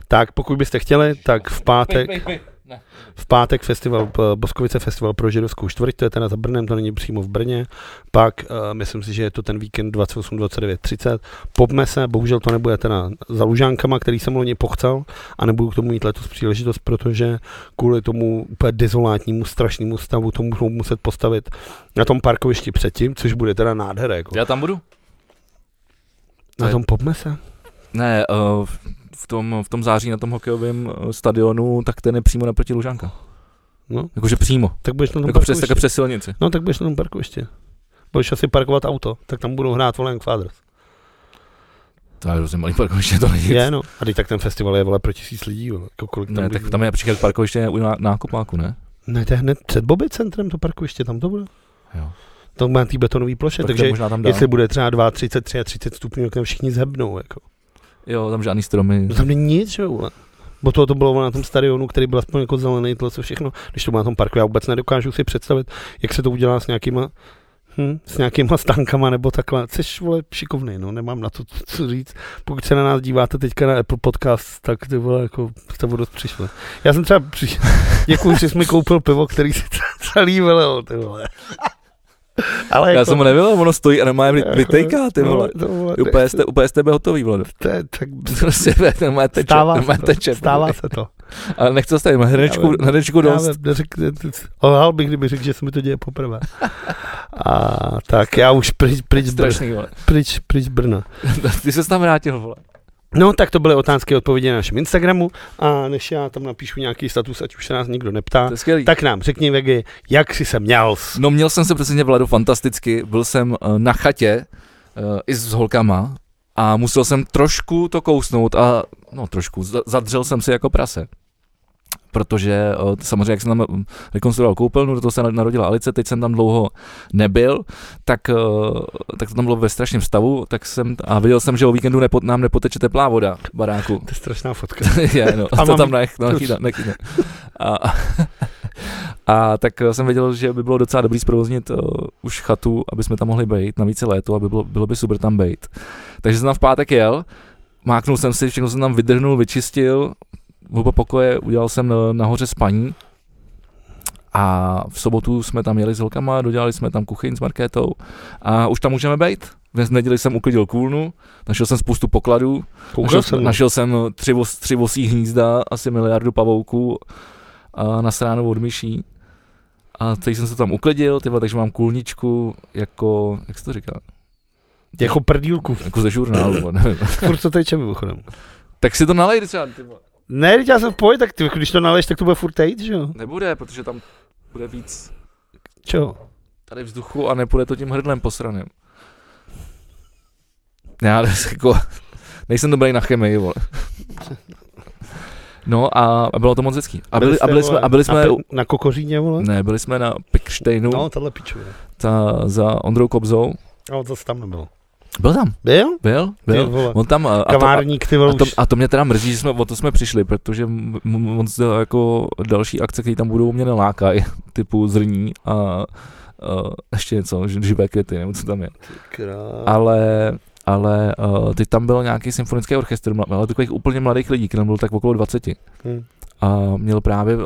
[SPEAKER 2] tak, pokud byste chtěli, tak v pátek...
[SPEAKER 1] Pej, pej, pej. Ne.
[SPEAKER 2] V pátek festival, eh, Boskovice festival pro židovskou čtvrť, to je teda za Brnem, to není přímo v Brně. Pak eh, myslím si, že je to ten víkend 28, 29, 30. Popme se, bohužel to nebude teda za Lužánkama, který jsem loni pochcel a nebudu k tomu mít letos příležitost, protože kvůli tomu úplně dezolátnímu, strašnému stavu to budou muset postavit na tom parkovišti předtím, což bude teda nádhera. Jako.
[SPEAKER 1] Já tam budu?
[SPEAKER 2] Na tom popme se.
[SPEAKER 1] Ne, eh, v- v tom, v tom září na tom hokejovém eh, stadionu, tak ten je přímo naproti Lužánka.
[SPEAKER 2] No,
[SPEAKER 1] Jakože přímo.
[SPEAKER 2] tak budeš na tom
[SPEAKER 1] Jako přes,
[SPEAKER 2] parkovišti.
[SPEAKER 1] také přes silnici.
[SPEAKER 2] No, tak budeš na tom parkovišti. Budeš asi parkovat auto, tak tam budou hrát Volen Quadras.
[SPEAKER 1] To je hrozně malý parkoviště, to není.
[SPEAKER 2] Je, no. A teď tak ten festival je vole pro tisíc lidí, vole. Jako kolik tam
[SPEAKER 1] Ne,
[SPEAKER 2] lidí
[SPEAKER 1] tak tam je například parkoviště u ná- nákupáku, ne?
[SPEAKER 2] Ne, to je hned před Bobby centrem to parkoviště, tam to bude.
[SPEAKER 1] Jo.
[SPEAKER 2] To má ty betonové ploše,
[SPEAKER 1] Tak
[SPEAKER 2] takže
[SPEAKER 1] to možná tam dá.
[SPEAKER 2] jestli bude třeba 2, 33 a 30 stupňů, tak tam všichni zhebnou. Jako.
[SPEAKER 1] Jo, tam žádný stromy.
[SPEAKER 2] No tam není nic, že jo. Bo to, to bylo na tom stadionu, který byl aspoň jako zelený, to co všechno. Když to bylo na tom parku, já vůbec nedokážu si představit, jak se to udělá s nějakýma Hm, s nějakýma stánkama nebo takhle. Jseš, vole, šikovný, no, nemám na to co- co říct. Pokud se na nás díváte teďka na Apple Podcast, tak ty vole, jako, jste o dost přišli. Já jsem třeba přišel, děkuji, že jsi mi koupil pivo, který si celý velel, ty vole. Ale jako-
[SPEAKER 1] Já jsem ho nevěděl, ono stojí a nemá je vytejká, ty
[SPEAKER 2] no,
[SPEAKER 1] vole.
[SPEAKER 2] to vole,
[SPEAKER 1] Úplně jste, úplně jste hotový, vole.
[SPEAKER 2] to je tak
[SPEAKER 1] Prostě nemá teče,
[SPEAKER 2] stává,
[SPEAKER 1] nemá
[SPEAKER 2] se
[SPEAKER 1] teče.
[SPEAKER 2] to, stává se to.
[SPEAKER 1] Ale nechci zastavit, mám hrnečku,
[SPEAKER 2] Já vím.
[SPEAKER 1] hrnečku
[SPEAKER 2] Já
[SPEAKER 1] dost.
[SPEAKER 2] vím, neřek, ne- ne- lhal bych, kdyby řekl, že se mi to děje poprvé. A tak já už pryč, pryč, z Brna,
[SPEAKER 1] Strašný, vole.
[SPEAKER 2] pryč, pryč Brna.
[SPEAKER 1] Ty se tam vrátil, vole.
[SPEAKER 2] No tak to byly otázky a odpovědi na našem Instagramu a než já tam napíšu nějaký status, ať už se nás nikdo neptá,
[SPEAKER 1] To je skvělý.
[SPEAKER 2] tak nám řekni, Vegy, jak jsi se měl s...
[SPEAKER 1] No měl jsem se přesně Vladu fantasticky, byl jsem eh, na chatě eh, i s holkama a musel jsem trošku to kousnout a no trošku, za- zadřel jsem si jako prase. Protože eh, samozřejmě, jak jsem tam mm, rekonstruoval koupelnu, do toho se na- narodila Alice, teď jsem tam dlouho nebyl, tak, eh, tak to tam bylo ve strašném stavu, tak jsem, a viděl jsem, že o víkendu nepo, nám nepoteče teplá voda v baráku.
[SPEAKER 2] To je strašná fotka.
[SPEAKER 1] je, no,
[SPEAKER 2] A
[SPEAKER 1] to
[SPEAKER 2] mám-
[SPEAKER 1] tam nech, no, nechytá, nechytá. A, a tak eh, jsem věděl, že by bylo docela dobrý zprovoznit uh, už chatu, aby jsme tam mohli být, navíc je léto, aby bylo, bylo by super tam být. Takže jsem tam v pátek jel, máknul jsem si, všechno jsem tam vydrhnul, vyčistil, oba pokoje, udělal jsem eh, nahoře spaní a v sobotu jsme tam jeli s holkama, dodělali jsme tam kuchyň s Markétou a už tam můžeme být. V neděli jsem uklidil kůlnu, našel jsem spoustu pokladů,
[SPEAKER 2] Koukal
[SPEAKER 1] našel,
[SPEAKER 2] jsem, na
[SPEAKER 1] našel jsem tři, vos, tři vosí hnízda, asi miliardu pavouků a na stránu od myší. A teď jsem se tam uklidil, tyhle, takže mám kůlničku jako, jak se to říká,
[SPEAKER 2] jako prdílku,
[SPEAKER 1] jako ze žurnálu, bo nevím.
[SPEAKER 2] furt to teče mimochodem.
[SPEAKER 1] Tak si to nalej třeba, ty vole.
[SPEAKER 2] Ne, teď já jsem v pohodě, tak ty, když to naleješ, tak to bude furt tejt, že jo?
[SPEAKER 1] Nebude, protože tam bude víc
[SPEAKER 2] Čo?
[SPEAKER 1] tady vzduchu a nepůjde to tím hrdlem posraným. Já jako, nejsem dobrý na chemii, vole. No a, a bylo to moc hezký. A byli, a byli jsme, a byli jsme,
[SPEAKER 2] Na, na kokoříně, vole?
[SPEAKER 1] ne, byli jsme na Pikštejnu.
[SPEAKER 2] No, tohle pičuje.
[SPEAKER 1] ta, za Ondrou Kobzou.
[SPEAKER 2] Ale to tam nebylo.
[SPEAKER 1] Byl tam,
[SPEAKER 2] Byl?
[SPEAKER 1] byl,
[SPEAKER 2] Ty
[SPEAKER 1] byl.
[SPEAKER 2] vole.
[SPEAKER 1] On tam, eh, a to, a,
[SPEAKER 2] Kavárník, ty vole,
[SPEAKER 1] a, to,
[SPEAKER 2] už.
[SPEAKER 1] a to mě teda mrzí, že jsme o to jsme přišli, protože m- m- moc eh, jako další akce, které tam budou, mě nelákají, typu zrní a, a ještě něco, ž- živé květy, nebo co tam je.
[SPEAKER 2] Krá...
[SPEAKER 1] Ale ale uh, teď tam byl nějaký symfonický orchestr, mla- ale takových úplně mladých lidí, který byl tak okolo 20.
[SPEAKER 2] Hm.
[SPEAKER 1] A měl právě uh,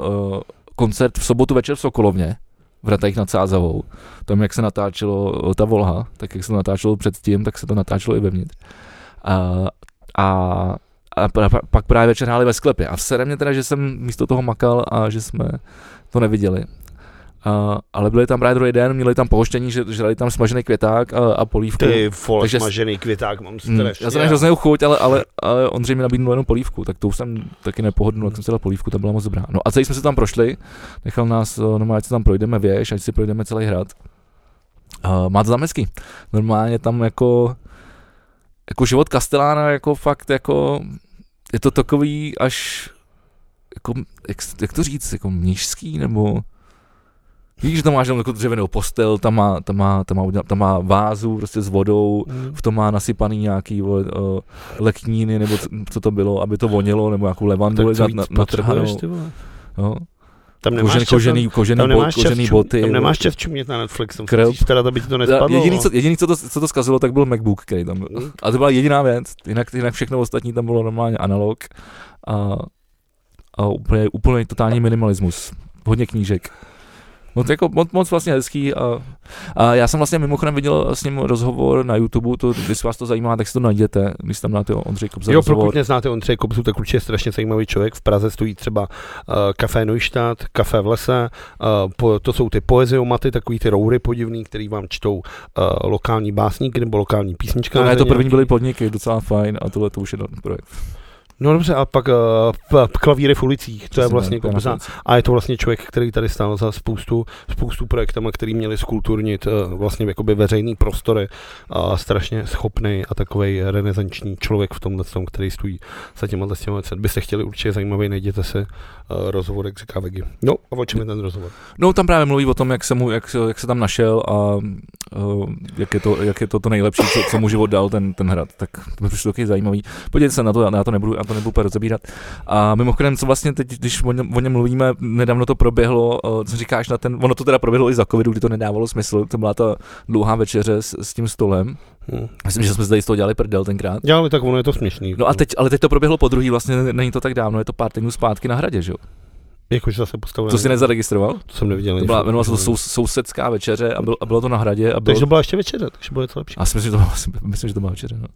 [SPEAKER 1] koncert v sobotu večer v Sokolovně, v Ratajích nad Sázavou. Tam, jak se natáčelo eh, ta volha, tak jak se to natáčelo předtím, tak se to natáčelo i vevnitř. A, a, a pra, pra- pak právě večer hráli ve sklepě. A sere mě teda, že jsem místo toho makal a že jsme to neviděli. A, ale byli tam právě druhý den, měli tam pohoštění, že žrali tam smažený květák a, a polívku.
[SPEAKER 2] Ty vole,
[SPEAKER 1] Takže-
[SPEAKER 2] smažený květák, mám
[SPEAKER 1] Mm,
[SPEAKER 2] strašně.
[SPEAKER 1] Já jsem hrozně chuť, ale, ale, ale Ondřej mi nabídnul jenom polívku, tak to už jsem taky nepohodnul, jak
[SPEAKER 2] Mm.
[SPEAKER 1] jsem si dal polívku, ta byla moc dobrá. No a celý jsme se tam prošli, nechal nás, eh, normálně ať se tam projdeme věž, ať si projdeme celý hrad. Uh, má to tam hezky. Normálně tam jako, jako život Kastelána, jako fakt jako, je to takový až, jako, jak, jak to říct, jako mnižský, nebo Víš, že tam máš jenom jako dřevěnou postel, tam má, tam má, tam má, uděla- tam má vázu prostě s vodou,
[SPEAKER 2] Hm.
[SPEAKER 1] v tom má nasypaný nějaký vole, uh, lekníny, nebo co, co to bylo, aby to vonilo, nebo nějakou levandu
[SPEAKER 2] Tak co
[SPEAKER 1] na,
[SPEAKER 2] víc
[SPEAKER 1] na,
[SPEAKER 2] potřebuješ,
[SPEAKER 1] natrhanou.
[SPEAKER 2] ty vole?
[SPEAKER 1] No.
[SPEAKER 2] Tam nemáš
[SPEAKER 1] Kožený,
[SPEAKER 2] čas,
[SPEAKER 1] kožený, kožený,
[SPEAKER 2] tam
[SPEAKER 1] bo,
[SPEAKER 2] nemáš
[SPEAKER 1] kožený
[SPEAKER 2] čas,
[SPEAKER 1] boty.
[SPEAKER 2] boty, tam nemáš
[SPEAKER 1] vole.
[SPEAKER 2] čas čumět na Netflixu,
[SPEAKER 1] Krep.
[SPEAKER 2] musíš teda, aby ti to
[SPEAKER 1] Za-
[SPEAKER 2] nespadlo. no.
[SPEAKER 1] Jediný, co, jediný co, to, co to zkazilo, tak byl MacBook, který tam byl.
[SPEAKER 2] Hm.
[SPEAKER 1] A to byla jediná věc, jinak, jinak všechno ostatní tam bylo normálně analog a, a úplně, úplně totální minimalismus. Hodně knížek. Moc, jako, moc, moc vlastně hezký a, a, já jsem vlastně mimochodem viděl s ním rozhovor na YouTube, to, když vás to zajímá, tak si to najděte, když tam dáte Ondřej Kobza
[SPEAKER 2] Jo,
[SPEAKER 1] rozhovor.
[SPEAKER 2] pokud neznáte Ondřeje Kobzu, tak určitě je strašně zajímavý člověk. V Praze stojí třeba uh, Café Neustadt, Café v lese, uh, po, to jsou ty poeziomaty, takový ty roury podivný, který vám čtou uh, lokální básníky nebo lokální písnička.
[SPEAKER 1] No, ne, to první byly podniky, docela fajn a tohle to už je no- projekt.
[SPEAKER 2] No dobře, a pak uh, klavíry v ulicích, to je vlastně
[SPEAKER 1] Přesně tak,
[SPEAKER 2] za,
[SPEAKER 1] to je na
[SPEAKER 2] a je to vlastně člověk, který tady stál za spoustu, spoustu projektama, který měli skulturnit eh, vlastně jakoby veřejný prostory a strašně schopný a takový renesanční člověk v tomhle tom, který stojí za těma těma věcmi. Byste chtěli určitě zajímavý, najděte se eh, rozhovor jak říká Vegy. No a o čem je ten rozhovor?
[SPEAKER 1] No tam právě mluví o tom, jak se, mu, jak, se- jak se tam našel a uh, jak, je to, jak je to to nejlepší, co, co mu život dal ten, ten hrad. Tak to mi přišlo taky zajímavý. Podívejte se na to, já- já to nebudu, já to nebudu úplně rozebírat. A mimochodem, co vlastně teď, když o něm, o něm mluvíme, nedávno to proběhlo, uh, co říkáš na ten, ono to teda proběhlo i za covidu, kdy to nedávalo smysl, to byla ta dlouhá večeře s, s tím stolem.
[SPEAKER 2] Hm.
[SPEAKER 1] Myslím, že jsme zde z toho dělali prdel tenkrát.
[SPEAKER 2] Já, ale tak ono je to směšný.
[SPEAKER 1] No a teď, ale teď to proběhlo po druhý, vlastně není to tak dávno, je to pár týdnů zpátky na hradě, že jo?
[SPEAKER 2] Jakože zase postavené.
[SPEAKER 1] To jsi nezaregistroval?
[SPEAKER 2] to jsem neviděl.
[SPEAKER 1] To
[SPEAKER 2] nic. Hm.
[SPEAKER 1] byla, jmenovala se to sou, sousedská večeře a, byl, a bylo to na hradě a bylo,
[SPEAKER 2] Takže to byla ještě večeře, takže bude to lepší.
[SPEAKER 1] a myslím, že to bylo, myslím, že to byla večeře, no.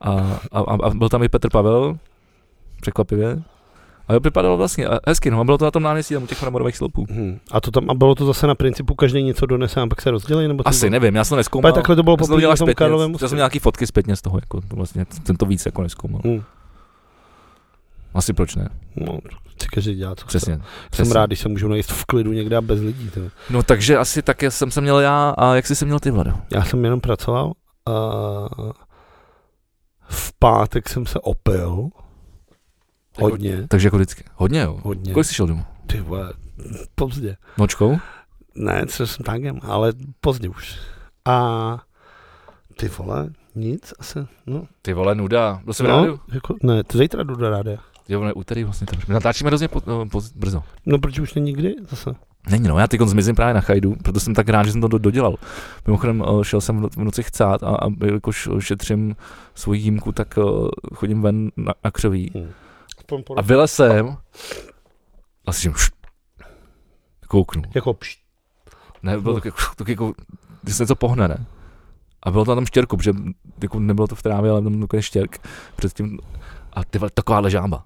[SPEAKER 1] A, a, a, a, byl tam i Petr Pavel, překvapivě. A jo, vypadalo vlastně a hezky, no, a bylo to na tom náměstí, tam u těch mramorových sloupů.
[SPEAKER 2] Hm. A to tam, a bylo to zase na principu, každý něco donese a pak se rozdělí, nebo co
[SPEAKER 1] Asi,
[SPEAKER 2] to-
[SPEAKER 1] nevím, já jsem to
[SPEAKER 2] Ale
[SPEAKER 1] neskoumal.
[SPEAKER 2] takhle to bylo
[SPEAKER 1] já jsem to
[SPEAKER 2] poprvé
[SPEAKER 1] dělal
[SPEAKER 2] na tom
[SPEAKER 1] zpětně,
[SPEAKER 2] Karlovém
[SPEAKER 1] já jsem měl nějaký fotky zpětně z toho, jako to vlastně, jsem to víc jako neskoumal.
[SPEAKER 2] Hm.
[SPEAKER 1] Asi proč ne,
[SPEAKER 2] No, si každý dělá, co chce.
[SPEAKER 1] přesně.
[SPEAKER 2] Jsem
[SPEAKER 1] přesně.
[SPEAKER 2] rád, když se můžu najít v klidu někde a bez lidí. Teda.
[SPEAKER 1] No takže asi tak jsem se měl já, a jak jsi se měl ty, Vlado?
[SPEAKER 2] Já jsem jenom pracoval a v pátek jsem se opil. Hodně.
[SPEAKER 1] Takže jako vždycky. Hodně jo.
[SPEAKER 2] Hodně.
[SPEAKER 1] Kolik jsi šel domů?
[SPEAKER 2] Ty vole, pozdě.
[SPEAKER 1] Nočkou?
[SPEAKER 2] Ne, co jsem tangem, ale pozdě už. A ty vole, nic asi, no.
[SPEAKER 1] Ty vole, nuda. Byl jsem rádiu.
[SPEAKER 2] no jako, ne, to zítra jdu do rádia.
[SPEAKER 1] Jo, ne, úterý vlastně. To, my natáčíme hrozně po, no, poz- brzo.
[SPEAKER 2] No proč už není kdy zase?
[SPEAKER 1] Není, no, já teď zmizím právě na chajdu, proto jsem tak rád, že jsem to do- dodělal. Mimochodem eh, šel jsem v no- v noci chcát a, a jakož šetřím svoji jímku, tak eh, chodím ven na, na křoví.
[SPEAKER 2] Aspoň po
[SPEAKER 1] Hmm. A vylez jsem a slyším št, kouknu.
[SPEAKER 2] Jako pšt.
[SPEAKER 1] Ne, bylo tak, jako, tak jako, když se něco pohne, ne? A bylo to na tom štěrku, protože jako nebylo to v trávě, ale tam takový štěrk předtím. A ty vole, takováhle žába.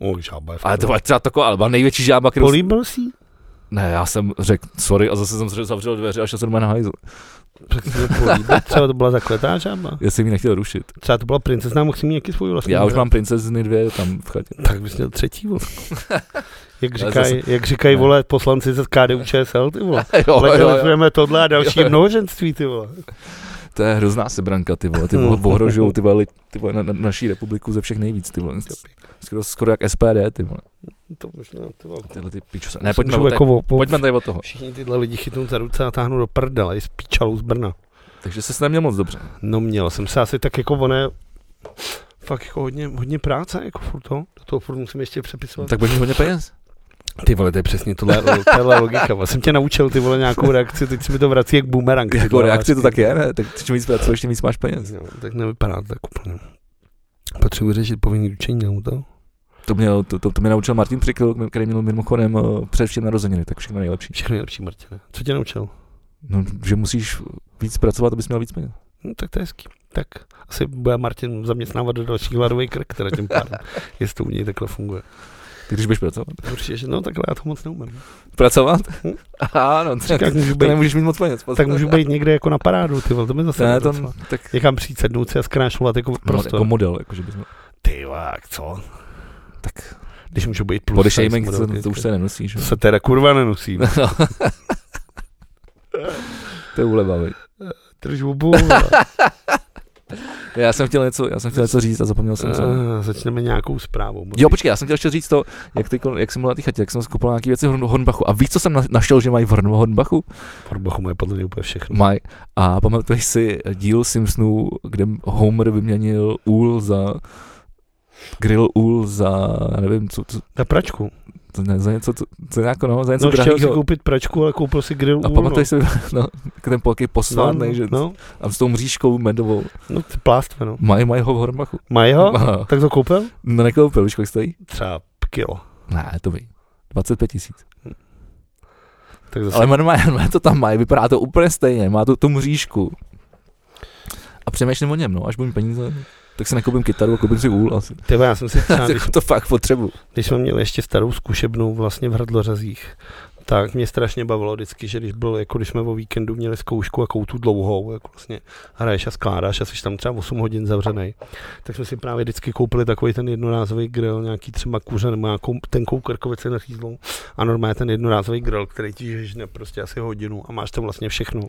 [SPEAKER 2] O, žába je v
[SPEAKER 1] Ale
[SPEAKER 2] klidu.
[SPEAKER 1] to byla třeba taková, ale byla největší žába, kterou jsem-
[SPEAKER 2] Políbil jsi? ji?
[SPEAKER 1] Ne, já jsem řekl sorry a zase jsem zře- zavřel dveře a šel jsem doma na hajzl.
[SPEAKER 2] Tak jsi ji políbil? Třeba to byla zakletá žába?
[SPEAKER 1] Já jsem ji nechtěl rušit.
[SPEAKER 2] Třeba to byla princezna, mohl jsi mít nějaký svůj vlastní.
[SPEAKER 1] Já už
[SPEAKER 2] brand.
[SPEAKER 1] mám princezny dvě tam v chatě.
[SPEAKER 2] Tak bys měl třetí, vole. Jak
[SPEAKER 1] Ale
[SPEAKER 2] říkají, jak říkají
[SPEAKER 1] ne.
[SPEAKER 2] vole, poslanci ze KDU ČSL, ty vole.
[SPEAKER 1] jo,
[SPEAKER 2] Legalizujeme tohle a další
[SPEAKER 1] Jo, jo.
[SPEAKER 2] mnohoženství, ty vole.
[SPEAKER 1] To je hrozná sebranka, ty vole. Ty vole,
[SPEAKER 2] Hmm.
[SPEAKER 1] ohrožují ty vole, lid- ty vole na, na, naší republiku ze všech nejvíc, ty vole. Skoro, skoro jak SPD, ty vole.
[SPEAKER 2] To možná, ty vole.
[SPEAKER 1] Tyhle ty pičo. Ne,
[SPEAKER 2] Se
[SPEAKER 1] pojďme,
[SPEAKER 2] můžou
[SPEAKER 1] od té,
[SPEAKER 2] jako vo- vo-
[SPEAKER 1] pojďme tady od toho.
[SPEAKER 2] Všichni tyhle lidi chytnou za ruce a táhnou do prdele, i s píčalou z Brna.
[SPEAKER 1] Takže se neměl moc dobře.
[SPEAKER 2] No měl jsem se asi tak jako oné, fakt jako hodně, hodně práce, jako furt to. Do toho furt musím ještě přepisovat.
[SPEAKER 1] No. Tak budeš mít hodně peněz.
[SPEAKER 2] Ty vole, to je přesně tohle, tohle logika. vole. Jsem tě naučil ty vole nějakou reakci, teď si mi to vrací jak boomerang. ty
[SPEAKER 1] Jako
[SPEAKER 2] vole,
[SPEAKER 1] reakce to
[SPEAKER 2] lásky.
[SPEAKER 1] tak je, ne? Tak čím víc pracuješ, tím víc máš peněz.
[SPEAKER 2] Jo, tak nevypadá to tak úplně. Potřebuji řešit povinný ručení na auto.
[SPEAKER 1] To, měl, to, to, to mě naučil Martin Přikl, který měl mimochodem eh, především narozeniny, tak všechno nejlepší.
[SPEAKER 2] Všechno nejlepší, Martine. Co tě naučil?
[SPEAKER 1] No, že musíš víc pracovat, abys měl víc peněz.
[SPEAKER 2] No, tak to je hezký. Tak asi bude Martin zaměstnávat do dalších hladový krk, teda tím pádem, jestli to u něj takhle funguje.
[SPEAKER 1] Ty když budeš pracovat.
[SPEAKER 2] Určitě, že no, takhle já to moc neumím.
[SPEAKER 1] Pracovat?
[SPEAKER 2] Hm.
[SPEAKER 1] Ano, tak,
[SPEAKER 2] Tak můžu
[SPEAKER 1] to
[SPEAKER 2] být,
[SPEAKER 1] nemůžeš mít moc peněz.
[SPEAKER 2] tak můžu být někde jako na parádu, ty vole, to mi zase
[SPEAKER 1] ne, to,
[SPEAKER 2] nedocela.
[SPEAKER 1] tak
[SPEAKER 2] Někam přijít sednout si a zkrášlovat jako
[SPEAKER 1] prostě.
[SPEAKER 2] prostor.
[SPEAKER 1] jako model, jako, že bychom,
[SPEAKER 2] Ty vák, co?
[SPEAKER 1] tak
[SPEAKER 2] Když můžu být plus.
[SPEAKER 1] body
[SPEAKER 2] size
[SPEAKER 1] shaming,
[SPEAKER 2] model,
[SPEAKER 1] to,
[SPEAKER 2] ty-
[SPEAKER 1] to, už se nenosí, že?
[SPEAKER 2] To se teda kurva nenosí.
[SPEAKER 1] No. to je uleva, viď?
[SPEAKER 2] Drž hubu. vole.
[SPEAKER 1] Já jsem chtěl něco, já jsem chtěl něco říct a zapomněl jsem co.
[SPEAKER 2] Eh, Začneme nějakou zprávou.
[SPEAKER 1] Jo, počkej, já jsem chtěl ještě říct to, jak, ty, jak jsem byl na té chatě, jak jsem skupoval nějaké věci v Horn- Hornbachu. A víš, co jsem na- našel, že mají v Horn- Hornbachu?
[SPEAKER 2] Horbachu moje podle mě úplně všechno.
[SPEAKER 1] Maj. A pamatuješ si díl Simpsonů, kde Homer vyměnil úl za grill úl za, já nevím, co, co
[SPEAKER 2] Na pračku.
[SPEAKER 1] to ne, za něco, co, co nějako, no, za něco no,
[SPEAKER 2] No, chtěl si
[SPEAKER 1] drahého.
[SPEAKER 2] koupit pračku, ale koupil si grill
[SPEAKER 1] A
[SPEAKER 2] úl,
[SPEAKER 1] pamatuješ si, no, k ten polký
[SPEAKER 2] no,
[SPEAKER 1] posvárnej,
[SPEAKER 2] no,
[SPEAKER 1] že
[SPEAKER 2] no,
[SPEAKER 1] a s tou mřížkou medovou.
[SPEAKER 2] no, ty plástve, no.
[SPEAKER 1] Mají, mají ho v Hormachu.
[SPEAKER 2] Mají ho?
[SPEAKER 1] No,
[SPEAKER 2] Tak to koupil?
[SPEAKER 1] no nekoupil, víš, kolik stojí?
[SPEAKER 2] Třeba kilo.
[SPEAKER 1] Ne, to by. 25 tisíc.
[SPEAKER 2] Tak zase.
[SPEAKER 1] Ale normálně, normálně to tam mají, vypadá to úplně stejně, má to tu mřížku. A přemýšlím o něm, no, až budu mít peníze, tak si nekoupím kytaru a koupím si úl asi.
[SPEAKER 2] Tyba, já jsem si třeba, když,
[SPEAKER 1] Jako to fakt potřebuju.
[SPEAKER 2] když jsme měli ještě starou zkušebnou vlastně v Hradlořazích, tak mě strašně bavilo vždycky, že když byl, jako když jsme o víkendu měli zkoušku jakou tu dlouhou, jako vlastně hraješ a skládáš a jsi tam třeba 8 hodin zavřený, tak jsme si právě vždycky koupili takový ten jednorázový grill, nějaký třeba kuře nebo nějakou tenkou krkovici na řízlou a normálně ten jednorázový grill, který ti žežne prostě asi hodinu a máš tam vlastně všechno.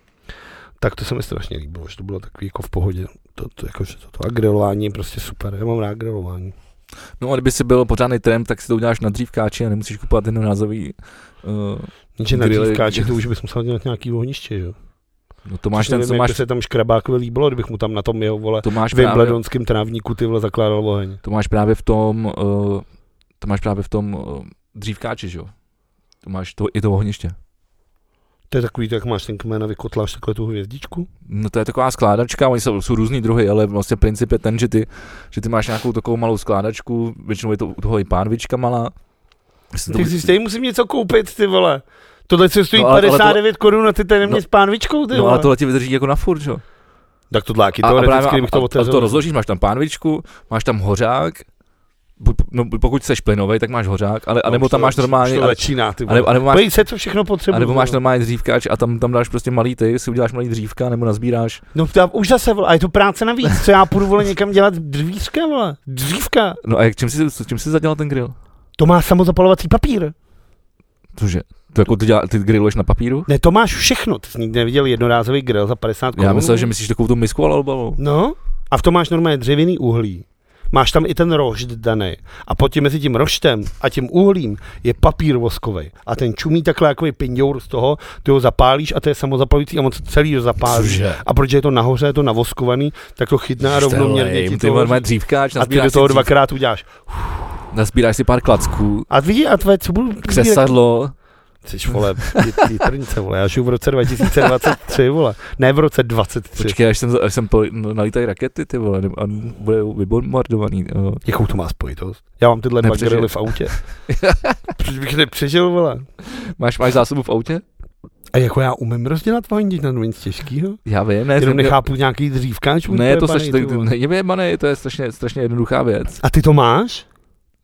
[SPEAKER 2] Tak to se mi strašně líbilo, že to bylo takový jako v pohodě. To, to, jako, že to, to a grilování je prostě super, já mám rád grilování.
[SPEAKER 1] No a kdyby si byl pořádný trend, tak si to uděláš na dřívkáči a nemusíš kupovat jednorázový. Uh,
[SPEAKER 2] Že na
[SPEAKER 1] Grily-
[SPEAKER 2] dívkáče, to už bys musel dělat nějaký ohniště, že jo?
[SPEAKER 1] no to máš
[SPEAKER 2] Což
[SPEAKER 1] ten,
[SPEAKER 2] nevím,
[SPEAKER 1] co
[SPEAKER 2] jak
[SPEAKER 1] máš,
[SPEAKER 2] by prostě se tam škrabákovi líbilo, kdybych mu tam na tom jeho, vole,
[SPEAKER 1] to máš právě,
[SPEAKER 2] Wimbledonským trávníku ty vole zakládal oheň.
[SPEAKER 1] to máš právě v tom, uh, to máš právě v tom uh, dřívkáči, že jo? To máš to, i to ohniště.
[SPEAKER 2] To je takový, tak máš ten kmen a vykotláš takhle tu hvězdičku.
[SPEAKER 1] No to je taková skládačka, oni jsou, jsou různý druhy, ale vlastně princip je ten, že ty, že ty máš nějakou takovou malou skládačku, většinou je to u toho i pánvička malá. Jestli to
[SPEAKER 2] Ty
[SPEAKER 1] bude-
[SPEAKER 2] si stejně musím něco koupit, ty vole. Tohle se stojí
[SPEAKER 1] No,
[SPEAKER 2] no,
[SPEAKER 1] ale- ale to-
[SPEAKER 2] 59 korun a ty tady
[SPEAKER 1] No.
[SPEAKER 2] mě s pánvičkou, ty
[SPEAKER 1] No
[SPEAKER 2] vole.
[SPEAKER 1] ale tohle ti vydrží jako na furt, jo.
[SPEAKER 2] Tak to dláky
[SPEAKER 1] A, a,
[SPEAKER 2] teoreticky,
[SPEAKER 1] právě,
[SPEAKER 2] kdybych to
[SPEAKER 1] a, a
[SPEAKER 2] otevřel.
[SPEAKER 1] to rozložíš, máš tam pánvičku, máš tam hořák, buď, no, pokud jsi plynový, tak máš hořák, ale,
[SPEAKER 2] No,
[SPEAKER 1] anebo
[SPEAKER 2] už
[SPEAKER 1] tam
[SPEAKER 2] to-
[SPEAKER 1] máš
[SPEAKER 2] už
[SPEAKER 1] normálně,
[SPEAKER 2] to
[SPEAKER 1] ale,
[SPEAKER 2] začíná, ty vole.
[SPEAKER 1] anebo, anebo, máš,
[SPEAKER 2] Pojď se, co všechno potřebuje.
[SPEAKER 1] anebo máš normálně dřívkač a tam, tam dáš prostě malý ty, si uděláš malý dřívka, nebo nazbíráš.
[SPEAKER 2] No to já, už zase, vole, a je to práce navíc, co já půjdu, vole, někam dělat dřívka, vole. Dřívka.
[SPEAKER 1] No a jak, čím jsi, čím jsi zadělal ten grill?
[SPEAKER 2] To má samozapalovací papír.
[SPEAKER 1] Cože? To jako ty, dělá, ty grilluješ na papíru?
[SPEAKER 2] Ne, to máš všechno. Ty jsi nikdy neviděl jednorázový grill za 50 korun.
[SPEAKER 1] Já myslel, že myslíš takovou tu misku alobalovou.
[SPEAKER 2] No, a v tom máš normálně dřevěný uhlí. Máš tam i ten rošt daný. A pod tím, mezi tím roštem a tím uhlím je papír voskový. A ten čumí takhle jako je pindour z toho, ty ho zapálíš a to je samozapalující a on se celý zapálí.
[SPEAKER 1] Cože?
[SPEAKER 2] A protože je to nahoře, je to navoskovaný, tak to chytná rovnoměrně. ti
[SPEAKER 1] Ty
[SPEAKER 2] to hoří.
[SPEAKER 1] normálně dřívkáč,
[SPEAKER 2] a ty
[SPEAKER 1] nazbíráš,
[SPEAKER 2] do toho
[SPEAKER 1] si, dřív-
[SPEAKER 2] dvakrát uděláš.
[SPEAKER 1] nazbíráš si pár klacků,
[SPEAKER 2] A vidí, a tvoje, co budu...
[SPEAKER 1] křesadlo,
[SPEAKER 2] Jsi, vole, ty trnice, vole, já žiju v roce 2023, vole. Ne v roce 23.
[SPEAKER 1] počkej, až jsem, až jsem pol, no, nalítají rakety, ty vole, nebo- a bude vybombardovaný. jo.
[SPEAKER 2] Jakou to má spojitost? Já mám tyhle dva
[SPEAKER 1] Nepřežil.
[SPEAKER 2] grily v autě. Proč bych nepřežil, vole?
[SPEAKER 1] Máš, máš zásobu v autě?
[SPEAKER 2] A jako já umím rozdělat vaň, když na to nic těžkýho?
[SPEAKER 1] Já vím, ne,
[SPEAKER 2] Jenom
[SPEAKER 1] jsem-
[SPEAKER 2] nechápu nějaký dřívkáč.
[SPEAKER 1] Ne, je to
[SPEAKER 2] ujebanej,
[SPEAKER 1] strašně,
[SPEAKER 2] ty vole.
[SPEAKER 1] ne, ne, ne, to je strašně, strašně jednoduchá věc.
[SPEAKER 2] A ty to máš?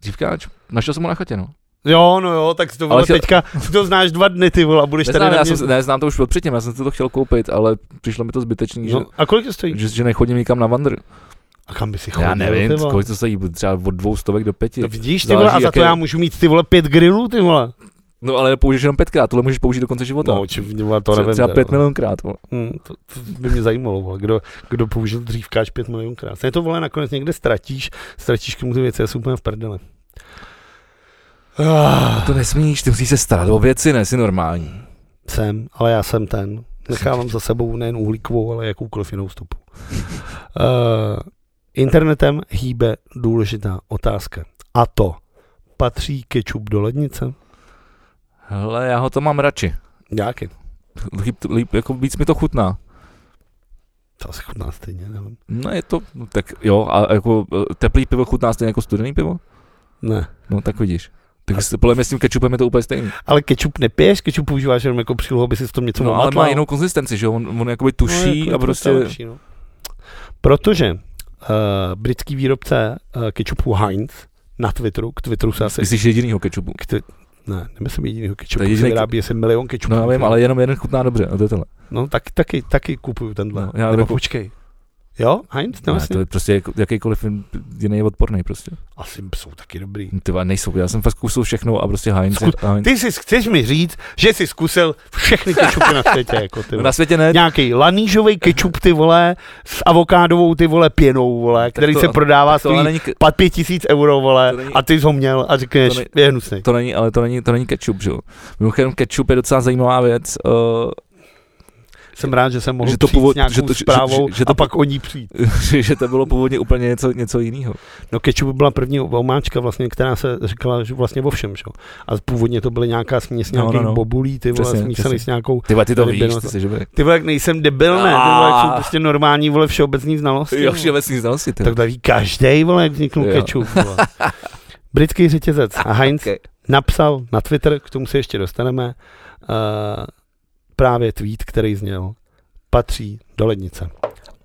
[SPEAKER 1] Dřívkáč, našel jsem ho na chatě, no.
[SPEAKER 2] Jo, no jo, tak to vole,
[SPEAKER 1] chtěl-
[SPEAKER 2] teďka, ty to znáš dva dny, ty vole, a budeš tady
[SPEAKER 1] Neznám,
[SPEAKER 2] na
[SPEAKER 1] já
[SPEAKER 2] mě...
[SPEAKER 1] jsem, ne, znám to už od předtím, já jsem si to chtěl koupit, ale přišlo mi to zbytečný,
[SPEAKER 2] No, a kolik to stojí?
[SPEAKER 1] že, že, že nechodím nikam na vandr.
[SPEAKER 2] A kam by si chodil,
[SPEAKER 1] Já nevím,
[SPEAKER 2] ty vole?
[SPEAKER 1] kolik to stojí, třeba od dvou stovek do pěti.
[SPEAKER 2] To vidíš, ty vole, a
[SPEAKER 1] Záleží,
[SPEAKER 2] za to
[SPEAKER 1] jaké-
[SPEAKER 2] já můžu mít ty vole pět grilů, ty vole.
[SPEAKER 1] No ale použiješ jenom pětkrát, tohle můžeš použít do konce života.
[SPEAKER 2] No, či, vole, to
[SPEAKER 1] Tře-
[SPEAKER 2] nevím. no.
[SPEAKER 1] třeba
[SPEAKER 2] ty
[SPEAKER 1] pět
[SPEAKER 2] vole.
[SPEAKER 1] milionkrát. vole.
[SPEAKER 2] Hmm, to, to by mě zajímalo, vole, kdo, kdo použil dřívkáč 5 milionkrát. Ne to vole, nakonec někde ztratíš, ztratíš k tomu ty věci, já jsem úplně v prdele. Ah,
[SPEAKER 1] To nesmíš, ty musíš se starat o věci, ne, jsi normální.
[SPEAKER 2] jsem, ale já jsem ten. Nechávám za sebou nejen uhlíkovou, ale jakoukoliv jinou stopu. Uh, internetem hýbe důležitá otázka. A to, patří kečup do lednice?
[SPEAKER 1] Hele, já ho to mám radši.
[SPEAKER 2] Nějaký.
[SPEAKER 1] Líp, líp, jako víc mi to chutná.
[SPEAKER 2] To asi chutná stejně, nevím.
[SPEAKER 1] No je to, no, tak jo, a jako eh, teplý pivo chutná stejně jako studený pivo?
[SPEAKER 2] Ne.
[SPEAKER 1] No tak vidíš. Tak s- podle mě s tím kečupem je to úplně stejný.
[SPEAKER 2] Ale kečup nepiješ, kečup používáš jenom jako přílohu, aby si v tom něco
[SPEAKER 1] No, ale má
[SPEAKER 2] namatlal.
[SPEAKER 1] jinou konzistenci, že jo? On, on jakoby tuší
[SPEAKER 2] jako
[SPEAKER 1] no,
[SPEAKER 2] je
[SPEAKER 1] a
[SPEAKER 2] to
[SPEAKER 1] prostě...
[SPEAKER 2] docela lepší, no. Protože uh, britský výrobce uh, kečupu Heinz na Twitteru, k Twitteru se asi...
[SPEAKER 1] Myslíš jedinýho kečupu?
[SPEAKER 2] K ty, ne, nemyslím
[SPEAKER 1] To
[SPEAKER 2] jedinýho kečupu,
[SPEAKER 1] je
[SPEAKER 2] je
[SPEAKER 1] jediný-
[SPEAKER 2] jediný... vyrábí asi milion kečupů.
[SPEAKER 1] No já vím, ale jenom jeden chutná dobře, a to je tenhle.
[SPEAKER 2] No tak, taky, taky kupuju tenhle.
[SPEAKER 1] No,
[SPEAKER 2] No,
[SPEAKER 1] já
[SPEAKER 2] Nebo
[SPEAKER 1] taky-
[SPEAKER 2] počkej. Jo, Heinz? No,
[SPEAKER 1] No,
[SPEAKER 2] asi,
[SPEAKER 1] to je prostě jak- jakýkoliv jin- jiný je odporný prostě.
[SPEAKER 2] asi jsou taky dobrý.
[SPEAKER 1] Ty vole, nejsou, já jsem fakt zkusil všechno a prostě Heinz. je- Heinz.
[SPEAKER 2] Ty si chceš mi říct, že jsi zkusil všechny kečupy na světě, jako ty
[SPEAKER 1] No,
[SPEAKER 2] vole.
[SPEAKER 1] na světě ne,
[SPEAKER 2] Nějaký lanížový kečup, ty vole, s avokádovou, ty vole, pěnou, vole,
[SPEAKER 1] Tak
[SPEAKER 2] který
[SPEAKER 1] to-
[SPEAKER 2] se prodává,
[SPEAKER 1] to, ale
[SPEAKER 2] stojí
[SPEAKER 1] není, ke-
[SPEAKER 2] pat pět tisíc euro, vole,
[SPEAKER 1] To není-
[SPEAKER 2] a ty jsi ho měl a řekneš,
[SPEAKER 1] To ne-
[SPEAKER 2] je hnusný.
[SPEAKER 1] to není, ale to není, to není ketchup, že jo. Mimochodem ketchup je docela zajímavá věc, uh,
[SPEAKER 2] Jsem rád, že jsem mohl
[SPEAKER 1] Že
[SPEAKER 2] že
[SPEAKER 1] to
[SPEAKER 2] to přijít
[SPEAKER 1] původ-
[SPEAKER 2] s nějakou
[SPEAKER 1] že to- že-
[SPEAKER 2] zprávou
[SPEAKER 1] že- že to-
[SPEAKER 2] a pak o ní přijít.
[SPEAKER 1] eh, že to bylo původně úplně něco, něco jiného.
[SPEAKER 2] No ketchup byla první omáčka vlastně, která se říkala že vlastně o všem, že? jo. A původně to byly nějaká směs
[SPEAKER 1] No, no,
[SPEAKER 2] nějakých no, no,
[SPEAKER 1] no.
[SPEAKER 2] bobulí, ty vole,
[SPEAKER 1] Přesně,
[SPEAKER 2] smísaný
[SPEAKER 1] přesně.
[SPEAKER 2] s nějakou
[SPEAKER 1] Ty vole, ty to
[SPEAKER 2] Tady
[SPEAKER 1] víš,
[SPEAKER 2] bylo
[SPEAKER 1] ty
[SPEAKER 2] to-
[SPEAKER 1] jsi živý.
[SPEAKER 2] ty vole, jak nejsem debil, ne, ty vole, jak jsou prostě normální, vole, všeobecní znalosti.
[SPEAKER 1] Ah. Jo,
[SPEAKER 2] vole.
[SPEAKER 1] všeobecný znalosti, ty.
[SPEAKER 2] Tak tady každý vole, jak vzniknul
[SPEAKER 1] Jo.
[SPEAKER 2] kečup. vole. Britský řetězec Heinz
[SPEAKER 1] Okay.
[SPEAKER 2] napsal na Twitter, k tomu se ještě dostaneme, uh, právě tweet, který zněl, patří do lednice.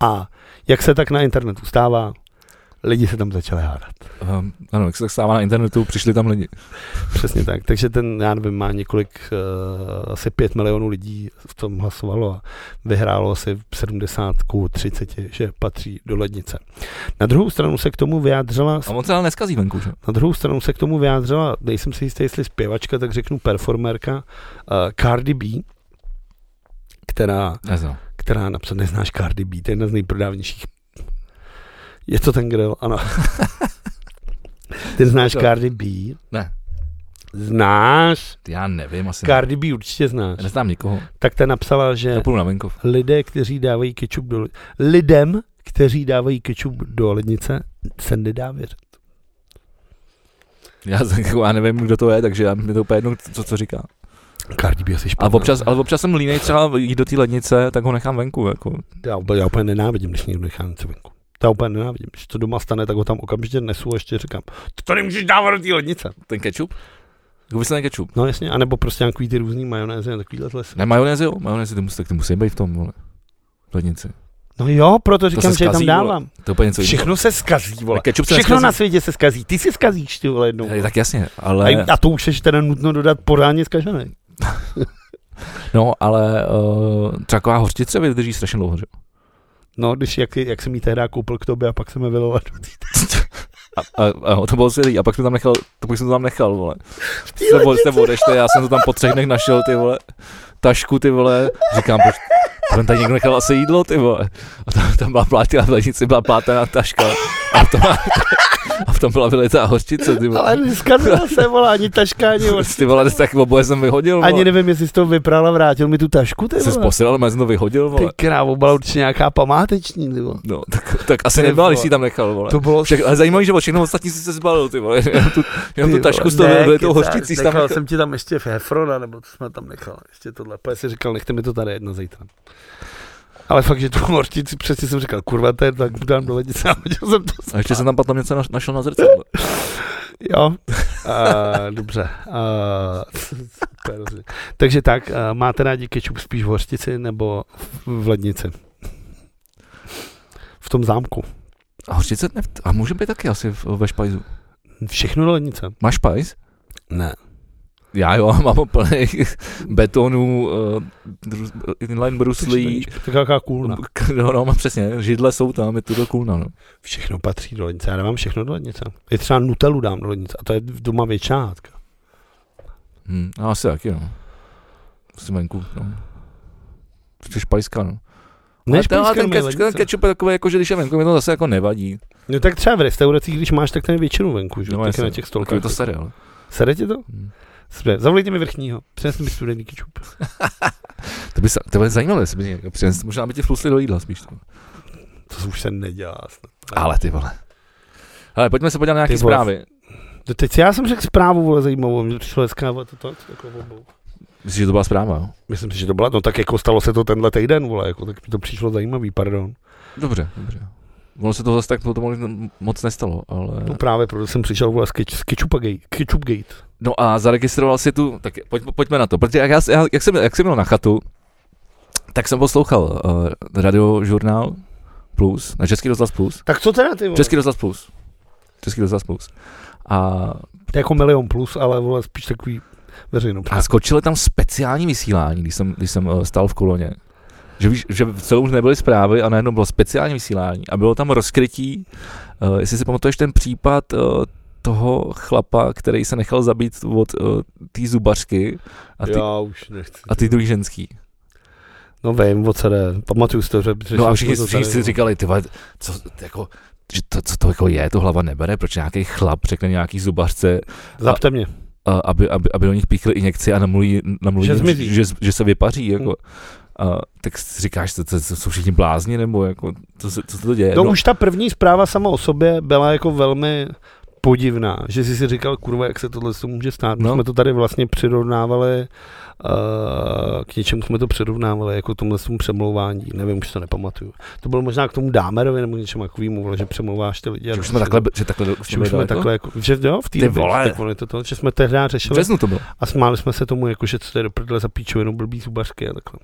[SPEAKER 2] A jak se tak na internetu stává, lidi se tam začali hádat.
[SPEAKER 1] Um, ano, jak se tak stává na internetu, přišli tam lidi.
[SPEAKER 2] Přesně tak. Takže ten, já nevím, má několik, uh, asi pět milionů lidí v tom hlasovalo a vyhrálo asi 70 ku 30, že patří do lednice. Na druhou stranu se k tomu vyjádřila,
[SPEAKER 1] A on se ale neskazí venku, že?
[SPEAKER 2] na druhou stranu se k tomu vyjádřila, nejsem si jistý, jestli zpěvačka, tak řeknu performerka uh, Cardi B, která
[SPEAKER 1] Neznam.
[SPEAKER 2] která napsala, neznáš Cardi B, to je jedna z nejprodávnějších. Je to ten grill, ano. Ty znáš
[SPEAKER 1] To-
[SPEAKER 2] Cardi B?
[SPEAKER 1] Ne.
[SPEAKER 2] Znáš?
[SPEAKER 1] Já nevím, asi
[SPEAKER 2] Cardi B určitě znáš.
[SPEAKER 1] ne. Neznám nikoho.
[SPEAKER 2] Tak ta napsala, že
[SPEAKER 1] Já půjdu na venkov.
[SPEAKER 2] lidé, kteří dávají kečup do li- lidem, kteří dávají kečup do lednice, se nedá věřit.
[SPEAKER 1] Já, jako já nevím, kdo to je, takže já, mě to úplně jedno, co, co říká.
[SPEAKER 2] Cardi B asi špatná.
[SPEAKER 1] A občas, ale občas jsem línej třeba jít do té lednice, tak ho nechám venku. Jako.
[SPEAKER 2] Já, úplně- já úplně nenávidím, když někdo nechá něco venku. To já úplně nenávidím. Když to doma stane, tak ho tam okamžitě nesu a ještě říkám, to tady můžeš dávat do té lednice.
[SPEAKER 1] Ten kečup? Jako ten kečup.
[SPEAKER 2] No jasně, anebo prostě nějaký ty různý majonézy a takovýhle lesy.
[SPEAKER 1] Ne, majonézy jo, majonézy, ty musí, tak ty musí být v tom, vole. V lednici.
[SPEAKER 2] No jo, proto říkám,
[SPEAKER 1] se
[SPEAKER 2] že je tam
[SPEAKER 1] zkazí, vole.
[SPEAKER 2] dávám.
[SPEAKER 1] To je úplně něco jiného.
[SPEAKER 2] Všechno se skazí, vole.
[SPEAKER 1] Tak kečup se
[SPEAKER 2] Všechno
[SPEAKER 1] neskazí.
[SPEAKER 2] na světě se skazí. Ty si skazíš, ty vole, jednou.
[SPEAKER 1] Eh, Tak jasně, ale,
[SPEAKER 2] A, a to už je teda nutno dodat pořádně zkažený.
[SPEAKER 1] no, ale uh, třeba taková hořtice vydrží strašně dlouho, že? jo?
[SPEAKER 2] No, když jak, jak jsem jí tehdy koupil k tobě a pak jsem je vylil.
[SPEAKER 1] A, a, a, to bylo silý, a pak jsem tam nechal, to pak jsem to tam nechal, vole. Se, vo- se odešte, já jsem to tam po třech dnech našel, ty vole, tašku, ty vole, říkám, proč, tam tady někdo nechal asi jídlo, ty vole. A tam, tam byla plátila v lednici, byla plátená taška a v tom, a v tom byla vylitá hořčice, ty vole.
[SPEAKER 2] Ale neskazila se, vole, ani taška, ani vole.
[SPEAKER 1] Ty vole, tak oboje jsem vyhodil,
[SPEAKER 2] Ani
[SPEAKER 1] vole.
[SPEAKER 2] nevím, jestli jsi to vypral a vrátil mi tu tašku, ty
[SPEAKER 1] Jsem
[SPEAKER 2] vole.
[SPEAKER 1] sposil, ale já jsem to vyhodil, vole.
[SPEAKER 2] Ty krávo, byla určitě nějaká památeční, ty vole.
[SPEAKER 1] No, tak, tak asi
[SPEAKER 2] Ty
[SPEAKER 1] nebyla, když
[SPEAKER 2] vole.
[SPEAKER 1] jsi tam nechal, vole.
[SPEAKER 2] To bylo...
[SPEAKER 1] Však, ale zajímavý, že od všechno ostatní jsi se zbalil, ty vole. Jenom tu, jenom tu
[SPEAKER 2] Ty vole,
[SPEAKER 1] tašku s tou
[SPEAKER 2] ne,
[SPEAKER 1] velitou
[SPEAKER 2] kecáš,
[SPEAKER 1] hořčicí jsi tam jako-
[SPEAKER 2] Nechal
[SPEAKER 1] nechal.
[SPEAKER 2] jsem ti tam ještě Hefrona, nebo co jsme tam nechal, ještě tohle. Pak si říkal, nechte mi to tady jedno zítra. Ale fakt, že tu hortici přesně jsem říkal, kurva, to je tak dám do lednice a hodil jsem to.
[SPEAKER 1] A ještě jsem tam potom něco naš- našel na zrcadle.
[SPEAKER 2] Jo, uh, dobře. Uh, super, dobře. Takže tak, uh, máte rádi kečup spíš v horštici nebo v- v lednici? V tom zámku.
[SPEAKER 1] A hořčice, ne, a může být taky asi v- ve špajzu.
[SPEAKER 2] Všechno do lednice?
[SPEAKER 1] Máš špajz?
[SPEAKER 2] Ne.
[SPEAKER 1] Já jo, mám plný betonů, eh, dru- inline bruslí,
[SPEAKER 2] Taková kůlna.
[SPEAKER 1] k- no, no, mám přesně, židle jsou tam, je to do kulna, no.
[SPEAKER 2] Všechno patří do lednice. Já nemám všechno do lednice. I třeba Nutellu dám do lednice. A to je doma většiná hádka.
[SPEAKER 1] Hm, a asi taky, no. Jsem venku, no. Prostě špajska, no.
[SPEAKER 2] Ne,
[SPEAKER 1] Ale ten, ale
[SPEAKER 2] špejskem
[SPEAKER 1] ten,
[SPEAKER 2] je
[SPEAKER 1] ke- ten
[SPEAKER 2] lednice.
[SPEAKER 1] ketchup je takový, jako že když je venku, mi to zase jako nevadí.
[SPEAKER 2] No tak třeba v restauracích, když máš, tak ten je většinu venku, že?
[SPEAKER 1] No,
[SPEAKER 2] No, tak
[SPEAKER 1] jasně.
[SPEAKER 2] je na těch
[SPEAKER 1] Takový
[SPEAKER 2] stolkách.
[SPEAKER 1] to seriál.
[SPEAKER 2] Sere ti to?
[SPEAKER 1] Hm.
[SPEAKER 2] Sere. Zavolejte mi vrchního. Přinesli mi studený kečup.
[SPEAKER 1] To by, se- to by zajímalo, jestli by jako někdo přinesl, možná by tě flusli do jídla spíš. no. To.
[SPEAKER 2] To už se nedělá. Snad.
[SPEAKER 1] Ale ty vole. Ale pojďme se podívat na nějaké
[SPEAKER 2] Ty vole.
[SPEAKER 1] zprávy.
[SPEAKER 2] No teď si- já jsem řekl zprávu, vole, zajímavou. Mě přišlo hezká, vole, to tak, jako obou.
[SPEAKER 1] Myslíš, že to byla zpráva, jo?
[SPEAKER 2] Myslím si, že to byla, no tak jako stalo se to tenhle týden, vole, jako, tak mi to přišlo zajímavý, pardon.
[SPEAKER 1] Dobře, dobře. Ono se to zase tak to, to moc nestalo, ale...
[SPEAKER 2] No právě, proto jsem přišel, vole, z keč, z Kečupagate- Kečupgate.
[SPEAKER 1] No a zaregistroval si tu, tak pojď, pojďme na to, protože jak, já, já, jak, jsem, jak jsem byl na chatu, tak jsem poslouchal uh, radiožurnál Plus, na Český rozhlas Plus,
[SPEAKER 2] Tak co teda ty, vole?
[SPEAKER 1] Český rozhlas Plus, Český rozhlas Plus. A,
[SPEAKER 2] To je jako milion plus, ale vole, spíš takový veřejnou.
[SPEAKER 1] a skočilo tam speciální vysílání, když jsem, když jsem uh, stal v koloně. Že, víš, že celou už nebyly zprávy a najednou bylo speciální vysílání a bylo tam rozkrytí, uh, jestli si pamatuješ ten případ uh, toho chlapa, který se nechal zabít od uh, té zubařky a ty,
[SPEAKER 2] Já už nechci.
[SPEAKER 1] a ty druhý ženský.
[SPEAKER 2] No vím, o co jde. Pamatuju si to, že... že
[SPEAKER 1] No a
[SPEAKER 2] jsme
[SPEAKER 1] všichni,
[SPEAKER 2] to
[SPEAKER 1] všichni
[SPEAKER 2] tady-
[SPEAKER 1] si říkali, ty vole, co, jako, že to, co to jako je, to hlava nebere, proč nějaký chlap řekne nějaký zubařce,
[SPEAKER 2] No, Zapte mě.
[SPEAKER 1] a, aby, aby, aby do nich píchli injekci a namluví, namluví
[SPEAKER 2] Že
[SPEAKER 1] jim,
[SPEAKER 2] zmizí.
[SPEAKER 1] že, že, se vypaří, jako.
[SPEAKER 2] Hm.
[SPEAKER 1] A, tak si říkáš, to, to, to, jsou všichni blázni, nebo jako, co se, co se to děje?
[SPEAKER 2] No, už ta první zpráva sama o sobě byla jako velmi podivná, že jsi si říkal, kurva, jak se tohle to může stát. No.
[SPEAKER 1] No.
[SPEAKER 2] jsme to tady vlastně přirovnávali, uh, k něčemu jsme to přirovnávali, jako tomhle tomu přemlouvání, nevím, už to nepamatuju. To bylo možná k tomu Dámerovi nebo něčemu takovému, vole, že přemlouváš ty lidi. a
[SPEAKER 1] že už
[SPEAKER 2] že
[SPEAKER 1] jsme takhle, že takhle už
[SPEAKER 2] že už jsme takhle, jako, že jo, v té
[SPEAKER 1] Ty
[SPEAKER 2] době,
[SPEAKER 1] vole.
[SPEAKER 2] tak ono je to, to, že jsme tehdy
[SPEAKER 1] v
[SPEAKER 2] řešili
[SPEAKER 1] březnu to bylo.
[SPEAKER 2] a smáli jsme se tomu, jako, že co to je do prdele za píčovinu, blbý zubařky a takhle.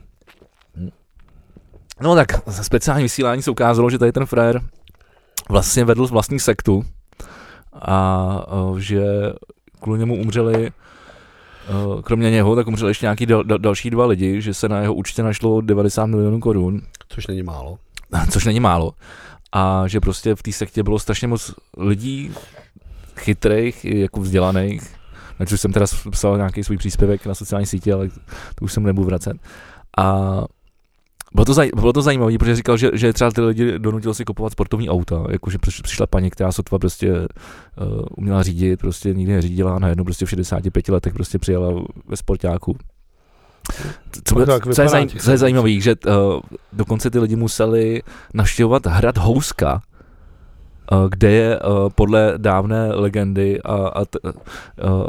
[SPEAKER 1] No tak, za speciální vysílání se ukázalo, že tady ten frajer vlastně vedl vlastní sektu a eh, že kvůli němu umřeli eh, kromě něho, tak umřeli ještě nějaký dal, dal, další dva lidi, že se na jeho účtě našlo 90 milionů korun,
[SPEAKER 2] což není málo.
[SPEAKER 1] což není málo. A že prostě v té sektě bylo strašně moc lidí chytrých, i jako vzdělaných, na což jsem teda psal nějaký svůj příspěvek na sociální síti, ale to už jsem nebudu vracet. A bylo to, zaj- bylo to zajímavé, protože říkal, že, že třeba ty lidi donutil si kupovat sportovní auta, jakože přiš- přišla paní, která sotva prostě uh, uměla řídit, prostě nikdy neřídila a najednou prostě v 65 letech prostě přijela ve sportáku. Co,
[SPEAKER 2] Tak
[SPEAKER 1] co,
[SPEAKER 2] jak
[SPEAKER 1] co, je,
[SPEAKER 2] vypadá
[SPEAKER 1] zaj-
[SPEAKER 2] těch
[SPEAKER 1] co je
[SPEAKER 2] lidí?
[SPEAKER 1] zajímavé, že uh, dokonce ty lidi museli navštěvovat hrad Houska, eh, kde je eh, podle dávné legendy a, a t, eh,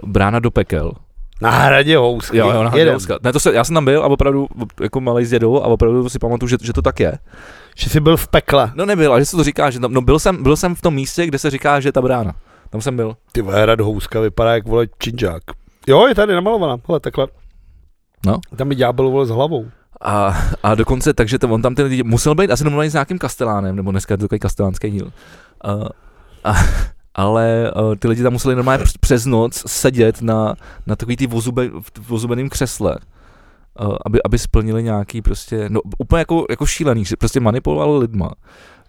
[SPEAKER 1] brána do pekel.
[SPEAKER 2] Na hradě housky.
[SPEAKER 1] Jo, jo, na
[SPEAKER 2] Jeden.
[SPEAKER 1] Hradě Houska. Ne, to se, já jsem tam byl a opravdu jako malý s dědou a opravdu si pamatuju, že, že to tak je.
[SPEAKER 2] Že jsi byl v pekle.
[SPEAKER 1] No nebyl, ale že se to říká, že tam, no byl jsem, byl jsem v tom místě, kde se říká, že je ta brána. Tam jsem byl.
[SPEAKER 2] Ty vole, hrad houska vypadá jak vole činžák. Jo, je tady namalovaná, hele, takhle.
[SPEAKER 1] No.
[SPEAKER 2] Tam je ďábel vole s hlavou.
[SPEAKER 1] A, a dokonce, takže to, on tam ten lidi musel být asi domluvený s nějakým kastelánem, nebo dneska je to takový kastelánský díl. Uh, a, ale uh, ty lidi tam museli normálně přes- přes noc sedět na, na takový ty vozube, v vozubeném křesle, uh, aby, aby splnili nějaký prostě, no úplně jako, jako šílený, že prostě manipulovali lidma.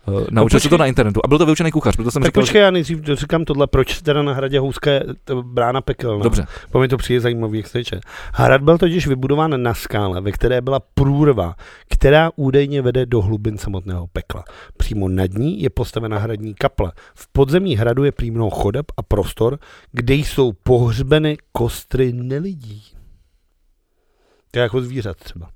[SPEAKER 1] Uh, naučil se to
[SPEAKER 2] počkej.
[SPEAKER 1] na internetu. A byl to vyučený kuchař, proto jsem
[SPEAKER 2] Tak
[SPEAKER 1] říkal,
[SPEAKER 2] počkej, já nejdřív říkám tohle, proč teda na hradě houska je eh, brána
[SPEAKER 1] že...
[SPEAKER 2] pekelná.
[SPEAKER 1] Dobře,
[SPEAKER 2] Po mi to přijde zajímavý, jak se čet. Hrad byl totiž vybudován na skále, ve které byla průrva, která údajně vede do hlubin samotného pekla. Přímo nad ní je postavena hradní kaple. V podzemí hradu je prý mnoho chodeb a prostor, kde jsou pohřbeny kostry nelidí. To je jako zvířat třeba.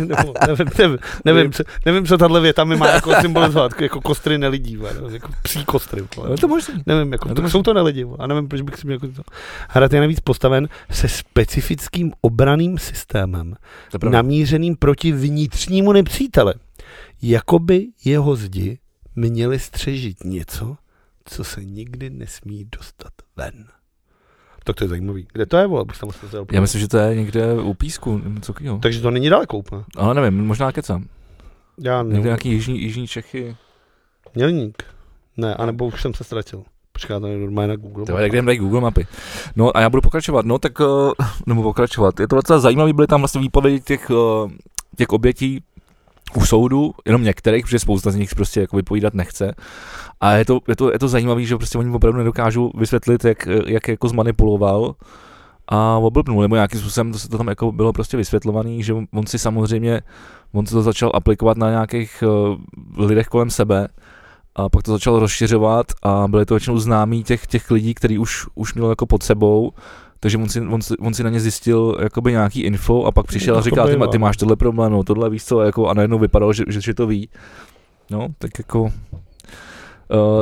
[SPEAKER 2] Nebo, nevím, nevím, nevím, co, nevím, co tahle věta mi má jako symbolizovat, jako kostry nelidí, vole, no, jako psí kostry. vole.
[SPEAKER 1] je to možný.
[SPEAKER 2] Nevím, jako,
[SPEAKER 1] Já
[SPEAKER 2] to
[SPEAKER 1] to
[SPEAKER 2] jsou to nelidi, vole, a nevím, proč bych si měl jako to. Hrad je navíc postaven se specifickým obraným systémem,
[SPEAKER 1] To je pravda.
[SPEAKER 2] namířeným proti vnitřnímu nepříteli. Jakoby jeho zdi měly střežit něco, co se nikdy nesmí dostat ven. Tak to je zajímavý. Kde to je, vole, abych tam se
[SPEAKER 1] Já myslím, že to je někde u písku, nebo co jo.
[SPEAKER 2] Takže to není daleko úplně.
[SPEAKER 1] Ale nevím, možná kecám.
[SPEAKER 2] Já
[SPEAKER 1] Někde
[SPEAKER 2] nevím.
[SPEAKER 1] nějaký jižní, jižní Čechy.
[SPEAKER 2] Mělník. Ne, anebo už jsem se ztratil. Počkej, já to nejdu normálně na Google.
[SPEAKER 1] To je, kde jim dají Google mapy. No a já budu pokračovat, no tak, eh, nebo pokračovat. Je to docela zajímavý, byly tam vlastně výpovědi těch, eh, těch obětí u soudu, jenom některých, protože spousta z nich prostě jako vypovídat nechce. A je to, je to, je to zajímavé, že prostě oni opravdu nedokážou vysvětlit, jak, eh, jak jako zmanipuloval a oblbnul, nebo nějakým způsobem to, se to tam jako bylo prostě vysvětlovaný, že on- on si samozřejmě, on si to začal aplikovat na nějakých eh, lidech kolem sebe, a pak to začal rozšiřovat a byly to většinou známí těch, těch lidí, který už, už měl jako pod sebou, takže on si, on, si, on si na ně zjistil jakoby nějaký info a pak přišel
[SPEAKER 2] No,
[SPEAKER 1] a
[SPEAKER 2] to
[SPEAKER 1] říkal, ty, ma-
[SPEAKER 2] bývá.
[SPEAKER 1] ty máš tohle problém, no, tohle víš co, a jako, a najednou vypadalo, že, že, že to ví. No, tak jako...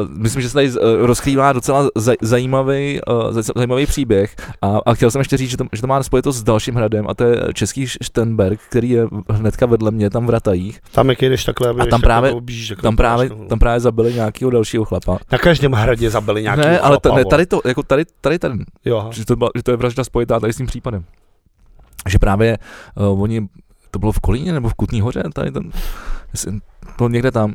[SPEAKER 1] Uh, myslím, že se tady uh, rozkrývá docela zaj- zajímavý, uh, zaj- zajímavý příběh a, a chtěl jsem ještě říct, že to, že to má spojitost s dalším hradem a to je český Štenberg, který je hnedka vedle mě, tam v Ratajích.
[SPEAKER 2] Tam, jak jdeš takhle,
[SPEAKER 1] tam
[SPEAKER 2] jdeš
[SPEAKER 1] právě-
[SPEAKER 2] takhle, objíždíš takhle,
[SPEAKER 1] Tam právě,
[SPEAKER 2] no.
[SPEAKER 1] tam právě zabili nějakého dalšího chlapa.
[SPEAKER 2] Na každém hradě zabili nějaký
[SPEAKER 1] ne, ale t-
[SPEAKER 2] chlapa,
[SPEAKER 1] ne,
[SPEAKER 2] vole.
[SPEAKER 1] tady to, jako tady, tady ten,
[SPEAKER 2] Jo, aha.
[SPEAKER 1] že to, byla, že to je vražda spojitá tady s tím případem. Že právě uh, oni, to bylo v Kolíně nebo v Kutní hoře, tady ten, jestli- to někde tam.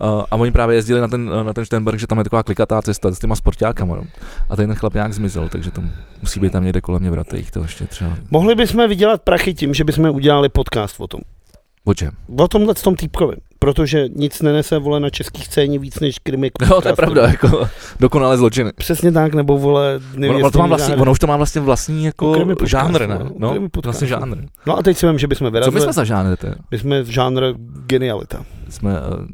[SPEAKER 1] Uh, a oni právě jezdili na ten, eh, na ten Štenberg, že tam je taková klikatá cesta s těma sportákama. No. A ten chlap nějak zmizel, takže to musí být tam někde kolem mě v Ratejích, to ještě třeba.
[SPEAKER 2] Mohli bychom vydělat prachy tím, že bychom udělali podcast o tom.
[SPEAKER 1] O čem?
[SPEAKER 2] O tomhle s tom týpkovi. Protože nic nenese vole na český scéně víc než krimi.
[SPEAKER 1] No, to je pravda, jako dokonalé zločiny.
[SPEAKER 2] Přesně tak, nebo vole...
[SPEAKER 1] Ono, ono, to má vlastní, ono už to má vlastně vlastní jako
[SPEAKER 2] Ukrymy podcast,
[SPEAKER 1] žánr, ne?
[SPEAKER 2] no,
[SPEAKER 1] No,
[SPEAKER 2] ukrymy podcast,
[SPEAKER 1] vlastně
[SPEAKER 2] no.
[SPEAKER 1] žánr.
[SPEAKER 2] No a teď si vím, že bychom
[SPEAKER 1] Co
[SPEAKER 2] vyrazili.
[SPEAKER 1] my jsme za žánr, teda?
[SPEAKER 2] my jsme žánr genialita.
[SPEAKER 1] jsme uh,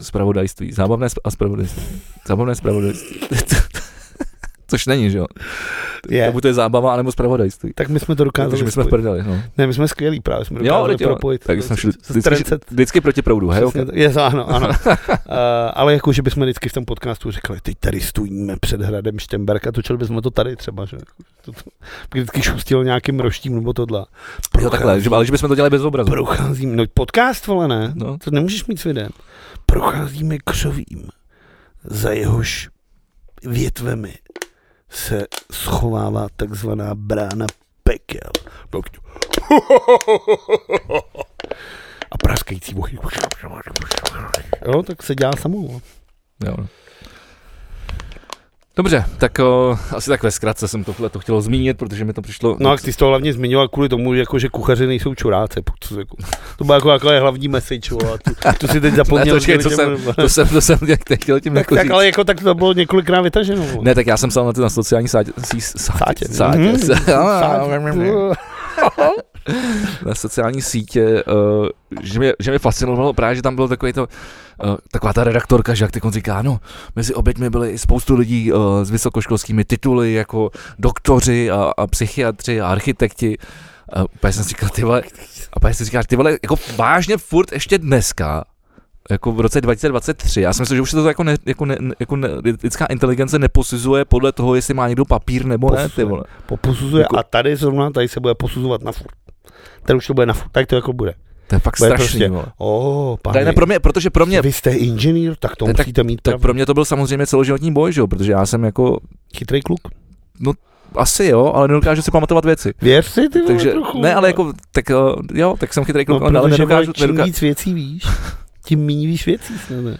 [SPEAKER 1] spravodajství, zábavné sp- a spravodajství. Zábavné spravodajství. Což není, že jo?
[SPEAKER 2] Je.
[SPEAKER 1] Yeah. Buď to je zábava, anebo spravodajství.
[SPEAKER 2] Tak my jsme to dokázali.
[SPEAKER 1] Takže my jsme v
[SPEAKER 2] spojit.
[SPEAKER 1] prdeli, no.
[SPEAKER 2] Ne, my jsme skvělí právě, jsme
[SPEAKER 1] Jo,
[SPEAKER 2] dokázali
[SPEAKER 1] teď jo.
[SPEAKER 2] propojit.
[SPEAKER 1] Tak jsme šli
[SPEAKER 2] s- s- trendset.
[SPEAKER 1] Vždycky proti proudu, hej?
[SPEAKER 2] Přesně
[SPEAKER 1] Okay.
[SPEAKER 2] tak. Yes, ano, ano. uh, ale jako, že bychom vždycky v tom podcastu říkali, teď tady stojíme před hradem Štemberka, točili bychom to tady třeba, že? To, to, vždycky šustil nějakým roštím nebo tohle.
[SPEAKER 1] Jo, takhle, že, ale že bychom to dělali bez obrazu.
[SPEAKER 2] Procházím, no podcast, vole, ne?
[SPEAKER 1] No.
[SPEAKER 2] To nemůžeš mít s videem. Procházíme křovím, za jehož větvemi se schovává takzvaná brána pekel. Tak- a praskající bohy. Jo, tak se dělá samou.
[SPEAKER 1] Jo. no. Dobře, tak o, asi tak ve zkratce jsem tohle to chtěl zmínit, protože mi to přišlo...
[SPEAKER 2] No a ty jsi to hlavně zmiňoval kvůli tomu, jako, že kuchaři nejsou čuráce. po- co jako- To byla jako, jako hlavní message, vole, a tu, tu si teď
[SPEAKER 1] ne,
[SPEAKER 2] zapomněl.
[SPEAKER 1] počkej,
[SPEAKER 2] že
[SPEAKER 1] to
[SPEAKER 2] tě
[SPEAKER 1] jsem,
[SPEAKER 2] budeme-
[SPEAKER 1] to jsem, to jsem jak chtěl tím
[SPEAKER 2] tak,
[SPEAKER 1] jako
[SPEAKER 2] tak,
[SPEAKER 1] říct.
[SPEAKER 2] ale jako tak to bylo několikrát vytaženo. vole.
[SPEAKER 1] Ne, tak já jsem psal na, ty, na sociální sátě, sí, sátě,
[SPEAKER 2] Sátě.
[SPEAKER 1] sátě, No,
[SPEAKER 2] Mhm.
[SPEAKER 1] sátě,
[SPEAKER 2] Sátě.
[SPEAKER 1] na sociální sítě, uh, že, mě, že mě fascinovalo právě, že tam byl takový to, uh, taková ta redaktorka, že jak ty říká, no, mezi oběťmi byly i spoustu lidí uh, s vysokoškolskými tituly, jako doktoři a, a psychiatři a architekti. A pak jsem si říkal, ty vole, a pak jsem si říkal, ty vole, jako vážně furt ještě dneska, jako v roce 2023. Já si myslím, že už se to jako, ne, jako, ne, jako ne, lidská inteligence neposuzuje podle toho, jestli má někdo papír nebo ne, ty
[SPEAKER 2] Posuzuje.
[SPEAKER 1] vole.
[SPEAKER 2] Poposuzuje
[SPEAKER 1] Jako-
[SPEAKER 2] a tady zrovna, tady se bude posuzovat na furt. Tady už to bude na furt, tak to jako bude.
[SPEAKER 1] To je fakt
[SPEAKER 2] Bude
[SPEAKER 1] strašný,
[SPEAKER 2] prostě-
[SPEAKER 1] vole.
[SPEAKER 2] O,
[SPEAKER 1] Tak ne,
[SPEAKER 2] pane,
[SPEAKER 1] pro mě, protože pro mě,
[SPEAKER 2] vy jste inženýr, tak to
[SPEAKER 1] Ne, tak-
[SPEAKER 2] musíte mít
[SPEAKER 1] tak
[SPEAKER 2] pravdu.
[SPEAKER 1] pro mě to byl samozřejmě celoživotní boj, že jo, protože já jsem jako,
[SPEAKER 2] chytrý kluk.
[SPEAKER 1] asi jo, ale nedokážu si pamatovat věci.
[SPEAKER 2] Věř si, ty vole,
[SPEAKER 1] Takže,
[SPEAKER 2] trochu,
[SPEAKER 1] ne, ale
[SPEAKER 2] vole.
[SPEAKER 1] jako, tak eh, jo, tak jsem chytrý kluk,
[SPEAKER 2] No,
[SPEAKER 1] ale
[SPEAKER 2] protože vole,
[SPEAKER 1] nedokážu,
[SPEAKER 2] čím
[SPEAKER 1] nedokážu,
[SPEAKER 2] víc věcí víš, tím méně víš věcí. snad ne?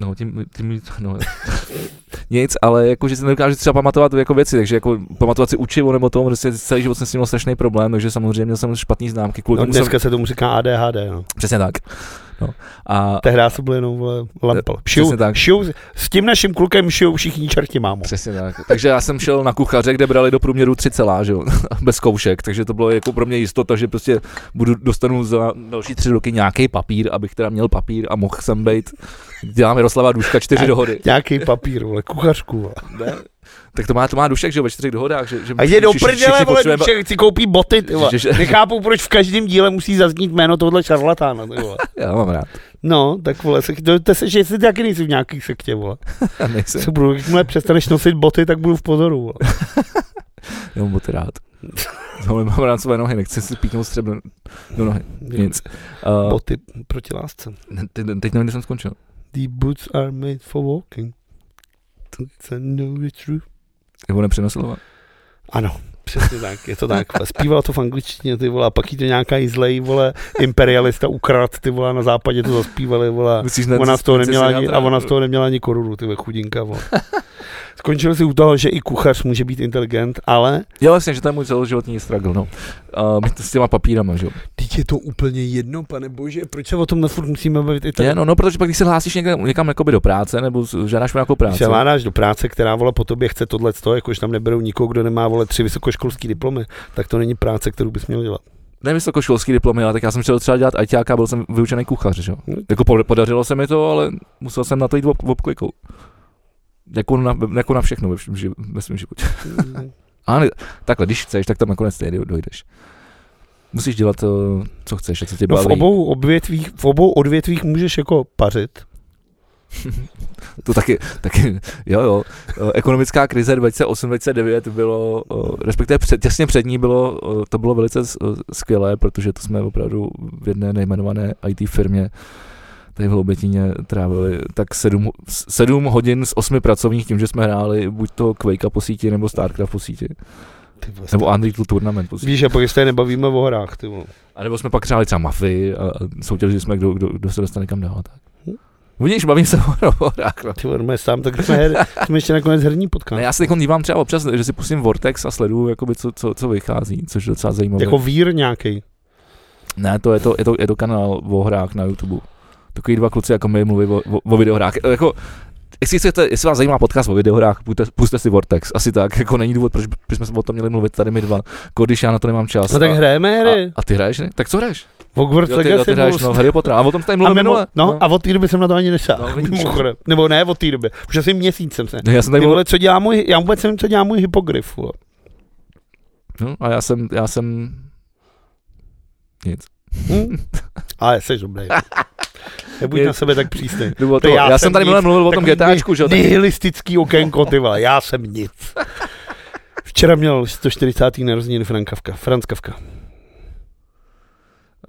[SPEAKER 1] No, tím, tím no, nic, ale jako, že si nedokážu třeba pamatovat jako věci, takže jako pamatovat si učivo nebo to, prostě celý život jsem s tím měl strašný problém, takže samozřejmě měl jsem špatný známky, kvůli
[SPEAKER 2] No,
[SPEAKER 1] tomu jsem,
[SPEAKER 2] dneska se tomu říká ADHD, no.
[SPEAKER 1] přesně tak. No. A
[SPEAKER 2] Tehdy se byl jenom vole, lampa. Šijou,
[SPEAKER 1] tak.
[SPEAKER 2] šijou, s tím naším klukem šijou všichni čerti, mámo.
[SPEAKER 1] přesně tak. Takže já jsem šel na kuchaře, kde brali do průměru 3 celá, že jo, bez zkoušek, takže to bylo jako pro mě jistota, že prostě budu, dostanu za další tři roky nějaký papír, abych teda měl papír a mohl jsem být, dělám Jaroslava Duška čtyři
[SPEAKER 2] A-
[SPEAKER 1] dohody.
[SPEAKER 2] Nějaký papír, vole, kuchařku. Vole.
[SPEAKER 1] Tak to má, to má Dušek, že jo, ve čtyřech dohodách. Že, že
[SPEAKER 2] A jde do
[SPEAKER 1] všichni- všichni
[SPEAKER 2] prdele, vole,
[SPEAKER 1] potřebujeme-
[SPEAKER 2] dušek, si koupí boty, ty vole.
[SPEAKER 1] Že- že-
[SPEAKER 2] Nechápu, proč v každém díle musí zaznít jméno tohohle šarlatána, ty vole.
[SPEAKER 1] Já mám rád.
[SPEAKER 2] No, tak vole, se, to, to se, že jsi taky nejsi v nějaký sektě, vole.
[SPEAKER 1] Já nejsem.
[SPEAKER 2] Co budu, jakmile přestaneš nosit boty, tak budu v pozoru, vole.
[SPEAKER 1] Já mám boty rád. No, ale mám rád své nohy, nechci si píknout střebno do nohy. Nic. Uh,
[SPEAKER 2] Boty proti lásce.
[SPEAKER 1] teď, teď nevím, kde jsem skončil.
[SPEAKER 2] The boots are made for walking. It's a new true.
[SPEAKER 1] Nebo nepřenosilo.
[SPEAKER 2] Ano, přesně tak, je to tak. vole. Zpívala to v angličtině, ty vole, a pak jí to nějaká zlej, vole, imperialista ukrad, ty vole, na západě to zaspívali, vole.
[SPEAKER 1] Musíš ne,
[SPEAKER 2] Ona z toho
[SPEAKER 1] musíš
[SPEAKER 2] neměla
[SPEAKER 1] si
[SPEAKER 2] ani,
[SPEAKER 1] dát-
[SPEAKER 2] a ona z toho neměla ani korunu, ty vole, chudinka, vole. Skončil si u toho, že i kuchař může být inteligent, ale
[SPEAKER 1] Jo, vlastně, že to je můj celoživotní struggle, no. Uh, s těma papírama, že jo.
[SPEAKER 2] teď je to úplně jedno, pane bože, proč se o tom na furt musíme bavit i tak?
[SPEAKER 1] Je, no, no, protože pak, když se hlásíš někam, někam jakoby do práce, nebo s- žádáš o nějakou
[SPEAKER 2] Když
[SPEAKER 1] práci.
[SPEAKER 2] se hládáš do práce, která vole po tobě chce tohle, jakož tam neberou nikoho, kdo nemá vole tři vysokoškolský diplomy, tak to není práce, kterou bys měl dělat.
[SPEAKER 1] Ne vysokoškolský diplom, ale tak já jsem chtěl třeba dělat ajťáka, byl jsem vyučený kuchař, že jo.
[SPEAKER 2] Hm.
[SPEAKER 1] Jako pod- podařilo se mi to, ale musel jsem na to jít ob, obklikou. Jako na, jako na všechno ve, všem, ži- ve svém životě. A ne, takhle, když chceš, tak tam nakonec tehdy dojdeš. Musíš dělat to, co chceš a co tě
[SPEAKER 2] No, v,
[SPEAKER 1] baví.
[SPEAKER 2] obou odvětvích, v obou odvětvích můžeš jako pařit.
[SPEAKER 1] To taky, taky, jo, jo. Eh, Ekonomická krize 2008-2009 bylo, eh, respektive před, těsně před ní bylo, eh, to bylo velice s- eh, skvělé, protože to jsme opravdu v jedné nejmenované IT firmě tady v Hloubětíně trávili tak sedm, sedm hodin z osmi pracovních tím, že jsme hráli buď to Quakea po síti, nebo StarCraft po síti,
[SPEAKER 2] Ty vole,
[SPEAKER 1] nebo Unreal Tournament po síti.
[SPEAKER 2] Víš, a pak se nebavíme o horách, ty vole.
[SPEAKER 1] A nebo jsme pak hráli třeba mafii a a soutěžili jsme, kdo, kdo, kdo se dostane kam dál. a Tak. Vidíš, bavím se o horách. No.
[SPEAKER 2] Ty vole, normálně sám, tak jsme, her, jsme ještě nakonec herní
[SPEAKER 1] Ne,
[SPEAKER 2] potkání.
[SPEAKER 1] já se teď dívám třeba občas, že si pustím Vortex a sleduju, jakoby, co, co, co vychází, což je docela zajímavé.
[SPEAKER 2] Jako vír nějaký.
[SPEAKER 1] Ne, to je to, je to, je to kanál o hrách na YouTube. Takový dva kluci jako my mluví o, o, o videohrách. E, Jako, jestli, chcete, jestli vás zajímá podcast o videohrách, puste, puste si Vortex. Asi tak, jako není důvod, proč bychom o tom měli mluvit tady my dva. Jako, když já na to nemám čas.
[SPEAKER 2] No tak
[SPEAKER 1] a,
[SPEAKER 2] hrajeme
[SPEAKER 1] a,
[SPEAKER 2] hry.
[SPEAKER 1] a, ty hraješ, ne? Tak co hraješ?
[SPEAKER 2] Hogwarts
[SPEAKER 1] Jo, ty, jo,
[SPEAKER 2] Legacy.
[SPEAKER 1] ty hraješ,
[SPEAKER 2] vole.
[SPEAKER 1] no, Harry Potter. A o tom jste
[SPEAKER 2] a
[SPEAKER 1] mluvil
[SPEAKER 2] mimo,
[SPEAKER 1] minule.
[SPEAKER 2] no, a od té doby jsem na to ani
[SPEAKER 1] No,
[SPEAKER 2] nešel.
[SPEAKER 1] vidíš.
[SPEAKER 2] mimochodem. Nebo ne od té doby. Už asi měsícem jsem.
[SPEAKER 1] No, já jsem
[SPEAKER 2] Ty
[SPEAKER 1] tady
[SPEAKER 2] vole, co dělá můj, já vůbec nevím, co dělá můj hypogryf, vole.
[SPEAKER 1] No, a já jsem, já jsem... Nic.
[SPEAKER 2] Hm? Ale jsi dobrý. Nebuď
[SPEAKER 1] Je-
[SPEAKER 2] na sebe tak přísný.
[SPEAKER 1] Nebo to,
[SPEAKER 2] já
[SPEAKER 1] já, já jsem
[SPEAKER 2] jsem
[SPEAKER 1] tady
[SPEAKER 2] nic,
[SPEAKER 1] minule mluvil o tom
[SPEAKER 2] takový
[SPEAKER 1] GTAčku, že jo? tak-
[SPEAKER 2] Nihilistický okénko, ty vole, já jsem nic. Včera měl 140. narozeniny Frank Kafka. Franz Kafka.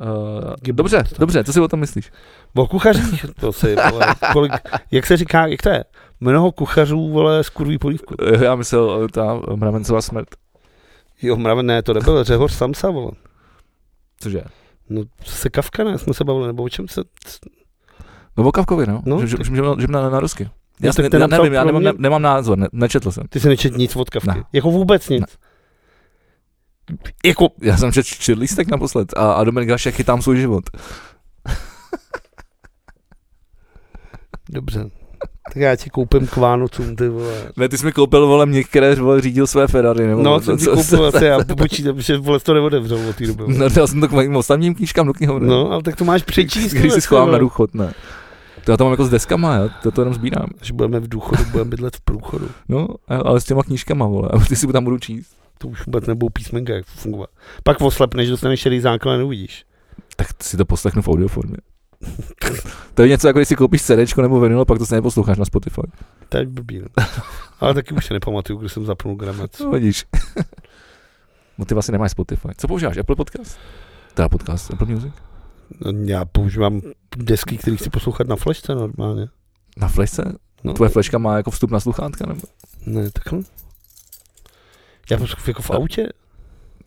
[SPEAKER 1] Eh,
[SPEAKER 2] Gibbon.
[SPEAKER 1] dobře, dobře, co si o tom myslíš?
[SPEAKER 2] O kuchařích, to si, vole, kolik, jak se říká, jak to je? Mnoho kuchařů, vole, skurví polívku.
[SPEAKER 1] Eh, Já myslel eh, ta eh, mravencová smrt.
[SPEAKER 2] Jo, mraven, ne, to nebyl Řehoř Samsa, vole.
[SPEAKER 1] Cože?
[SPEAKER 2] No, se kavka ne, jsme se bavili, nebo o čem se...
[SPEAKER 1] No o Kavkovi, no.
[SPEAKER 2] No,
[SPEAKER 1] no že, že,
[SPEAKER 2] tak-
[SPEAKER 1] že, že na, na rusky.
[SPEAKER 2] No,
[SPEAKER 1] Já,
[SPEAKER 2] tak
[SPEAKER 1] si ne,
[SPEAKER 2] ten
[SPEAKER 1] já
[SPEAKER 2] napsal
[SPEAKER 1] nevím, já
[SPEAKER 2] pro
[SPEAKER 1] nemám,
[SPEAKER 2] mě-
[SPEAKER 1] ne, nemám názor, ne, nečetl jsem.
[SPEAKER 2] Ty se nečet nic od kavky.
[SPEAKER 1] Ne.
[SPEAKER 2] Jako vůbec nic.
[SPEAKER 1] Ne.
[SPEAKER 2] Jako,
[SPEAKER 1] Já jsem četl čtyřlístek naposled a, a Dominik Grašek chytám svůj život.
[SPEAKER 2] dobře. Tak já ti koupím k Vánocům, ty vole.
[SPEAKER 1] Ne, ty jsi mi koupil, vole, mě, které vole, řídil své Ferrari, nebo
[SPEAKER 2] No, jsem ti
[SPEAKER 1] co-
[SPEAKER 2] koupil asi, já počítám, že vole to neodevřou od té doby. vole.
[SPEAKER 1] No, dal jsem to k mojim ostatním knížkám do knihovny.
[SPEAKER 2] No, ale tak to máš přečíst.
[SPEAKER 1] Když
[SPEAKER 2] vole,
[SPEAKER 1] si
[SPEAKER 2] ty
[SPEAKER 1] schovám
[SPEAKER 2] vole.
[SPEAKER 1] na důchod, ne. To já to mám jako s deskama, já to, to jenom sbírám.
[SPEAKER 2] Až budeme v důchodu, budeme bydlet v průchodu.
[SPEAKER 1] No, a- ale s těma knížkama, vole, ty si tam budu číst.
[SPEAKER 2] To už vůbec nebudou písmenka, jak fungovat. Pak oslepneš, dostaneš šedý základ a neuvidíš.
[SPEAKER 1] Tak si to poslechnu v audioformě. to je něco jako, když si koupíš CD nebo vinyl, a pak to se neposloucháš na Spotify.
[SPEAKER 2] To je blbý, no. Ale taky už se nepamatuju, kdy jsem zapnul gramec.
[SPEAKER 1] Co vidíš? no ty vlastně nemáš Spotify. Co používáš? Apple Podcast? Teda podcast, Apple Music?
[SPEAKER 2] No, já používám desky, které chci poslouchat na flešce normálně.
[SPEAKER 1] Na flešce?
[SPEAKER 2] No,
[SPEAKER 1] Tvoje fleška má jako vstup na sluchátka? Nebo?
[SPEAKER 2] Ne, takhle. Já
[SPEAKER 1] Hm.
[SPEAKER 2] poslouchám jako v autě,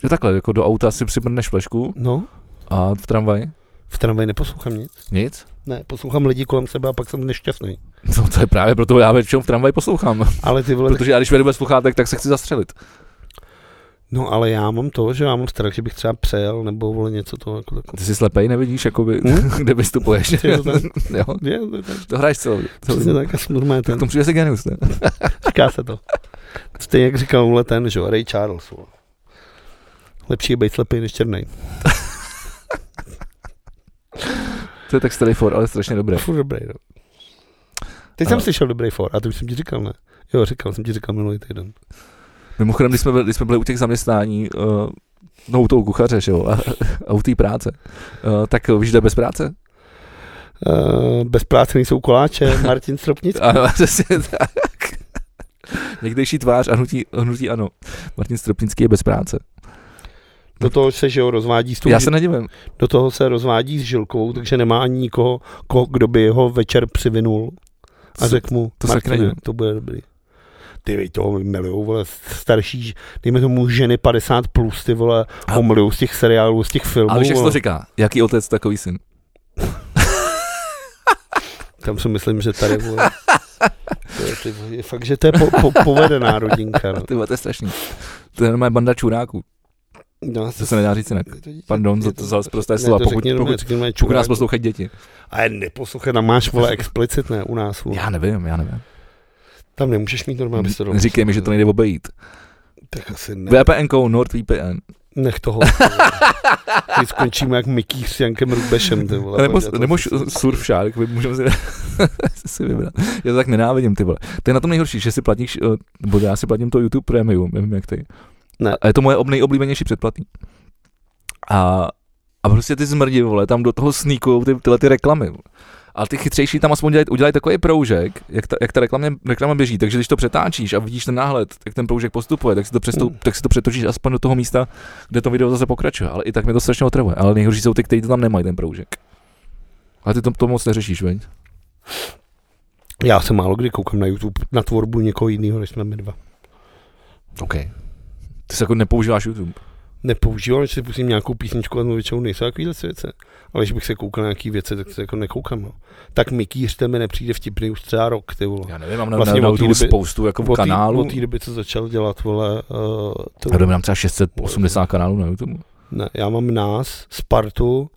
[SPEAKER 1] Jo takhle, jako do auta si přibrneš flešku
[SPEAKER 2] no.
[SPEAKER 1] a v tramvaji?
[SPEAKER 2] V tramvaji neposlouchám nic.
[SPEAKER 1] Nic?
[SPEAKER 2] Ne, poslouchám lidi kolem sebe a pak jsem nešťastný.
[SPEAKER 1] No to je právě proto já většinou v tramvaji poslouchám.
[SPEAKER 2] Ale ty vole, tak-
[SPEAKER 1] Protože já když vedu bez sluchátek, tak se chci zastřelit.
[SPEAKER 2] No ale já mám to, že já mám strach, že bych třeba přejel nebo vole něco toho jako takové.
[SPEAKER 1] Ty jsi slepej, nevidíš, jakoby,
[SPEAKER 2] Hm?
[SPEAKER 1] kde vystupuješ.
[SPEAKER 2] Ty jo, tak.
[SPEAKER 1] jo,
[SPEAKER 2] Je, to je tak-
[SPEAKER 1] to hraješ celou. celou
[SPEAKER 2] Přesně
[SPEAKER 1] dobu.
[SPEAKER 2] tak, asi normálně
[SPEAKER 1] tak
[SPEAKER 2] ten,
[SPEAKER 1] tomu přijde si genius, ne?
[SPEAKER 2] říká se to. Stejně jak říkal vole ten, že jo, Ray Charles. Vole. Lepší je být slepý než černý.
[SPEAKER 1] To je tak starý for, ale strašně dobré.
[SPEAKER 2] Furt dobrý, no. Teď jsem
[SPEAKER 1] Ale-
[SPEAKER 2] slyšel dobrý for, a to už jsem ti říkal, ne? Jo, říkal jsem ti říkal minulý týden.
[SPEAKER 1] Mimochodem, když jsme byli, když jsme byli u těch zaměstnání, uh, no u toho kuchaře, že jo, a, a u té práce, uh, tak víš, kde bez práce?
[SPEAKER 2] Uh, bez práce nejsou koláče, Martin Stropnický.
[SPEAKER 1] Ano, přesně tak. Někdejší tvář a hnutí, hnutí ano. Martin Stropnický je bez práce.
[SPEAKER 2] Do toho se, že jo, rozvádí s tou
[SPEAKER 1] Já se nedivím.
[SPEAKER 2] Do toho se rozvádí s Žilkovou, takže nemá ani nikoho, ko, kdo by jeho večer přivinul a
[SPEAKER 1] Co-
[SPEAKER 2] řekl mu,
[SPEAKER 1] to
[SPEAKER 2] to,
[SPEAKER 1] se taky
[SPEAKER 2] Martine,
[SPEAKER 1] nedivím.
[SPEAKER 2] to bude dobrý. Ty vej, toho milujou, vole, starší, ž- dejme tomu ženy 50 plus, ty vole,
[SPEAKER 1] A-
[SPEAKER 2] ho milujou z těch seriálů, z těch filmů.
[SPEAKER 1] Ale víš, jak se to
[SPEAKER 2] vole.
[SPEAKER 1] říká? Jaký otec, takový syn.
[SPEAKER 2] Tam si myslím, že tady, vole, to je, ty, vole, je fakt, že to je po, po, povedená rodinka. No.
[SPEAKER 1] Ty vole, to je strašný. To je normálně banda čuráků.
[SPEAKER 2] No,
[SPEAKER 1] To se nedá říct jinak. Pardon za to- za sprosté slova, pokud- pokud- Pokud nás poslouchají děti.
[SPEAKER 2] Ale neposlouchej, tam máš, vole, explicitné u nás, vole.
[SPEAKER 1] Já nevím, já nevím.
[SPEAKER 2] Tam nemůžeš mít normálně, aby se to
[SPEAKER 1] Říkej mi, že to nejde obejít.
[SPEAKER 2] Tak asi ne.
[SPEAKER 1] VPN, -kou, NordVPN.
[SPEAKER 2] Nech toho. Teď skončíme jak Mikýř s Jankem Rubešem. Ty vole,
[SPEAKER 1] Nebo,
[SPEAKER 2] Pojď, já to
[SPEAKER 1] nebo
[SPEAKER 2] si-
[SPEAKER 1] š- surf shark, my můžeme si, si vybrat. Já to tak nenávidím, ty vole. To je na tom nejhorší, že si platíš, eh, nebo já si platím to YouTube Premium, nevím jak ty.
[SPEAKER 2] Ne.
[SPEAKER 1] A je to moje ob- nejoblíbenější předplatný. A, a prostě ty zmrdí, vole, tam do toho sníkujou ty, tyhle ty reklamy. vole. A ty chytřejší tam aspoň dělají, udělají takový proužek, jak ta, jak ta reklama, reklama běží. Takže když to přetáčíš a vidíš ten náhled, jak ten proužek postupuje, tak si, to přestup,
[SPEAKER 2] Mm.
[SPEAKER 1] tak si to přetočíš aspoň do toho místa, kde to video zase pokračuje. Ale i tak mi to strašně otravuje. Ale nejhorší jsou ty, kteří to tam nemají, ten proužek. Ale ty to, to moc neřešíš, veď?
[SPEAKER 2] Já se málo kdy koukám na YouTube na tvorbu někoho jiného, než jsme my dva.
[SPEAKER 1] OK. Ty se jako nepoužíváš YouTube.
[SPEAKER 2] Nepoužívám, že si pustím nějakou písničku a většinou nejsou takovýhle věci. Ale když bych se koukal na nějaký věci, tak se jako nekoukám. No. Tak Mikýř ten mi nepřijde vtipný už třeba rok, ty vole.
[SPEAKER 1] Já nevím, mám na, vlastně
[SPEAKER 2] Vlastně
[SPEAKER 1] na
[SPEAKER 2] od té
[SPEAKER 1] YouTube
[SPEAKER 2] doby-
[SPEAKER 1] spoustu jako
[SPEAKER 2] Od té-
[SPEAKER 1] kanálů.
[SPEAKER 2] Od té doby, co začal dělat, vole, uh, to,
[SPEAKER 1] Já mám třeba 680 kanálů na YouTube.
[SPEAKER 2] ne, já mám nás, Spartu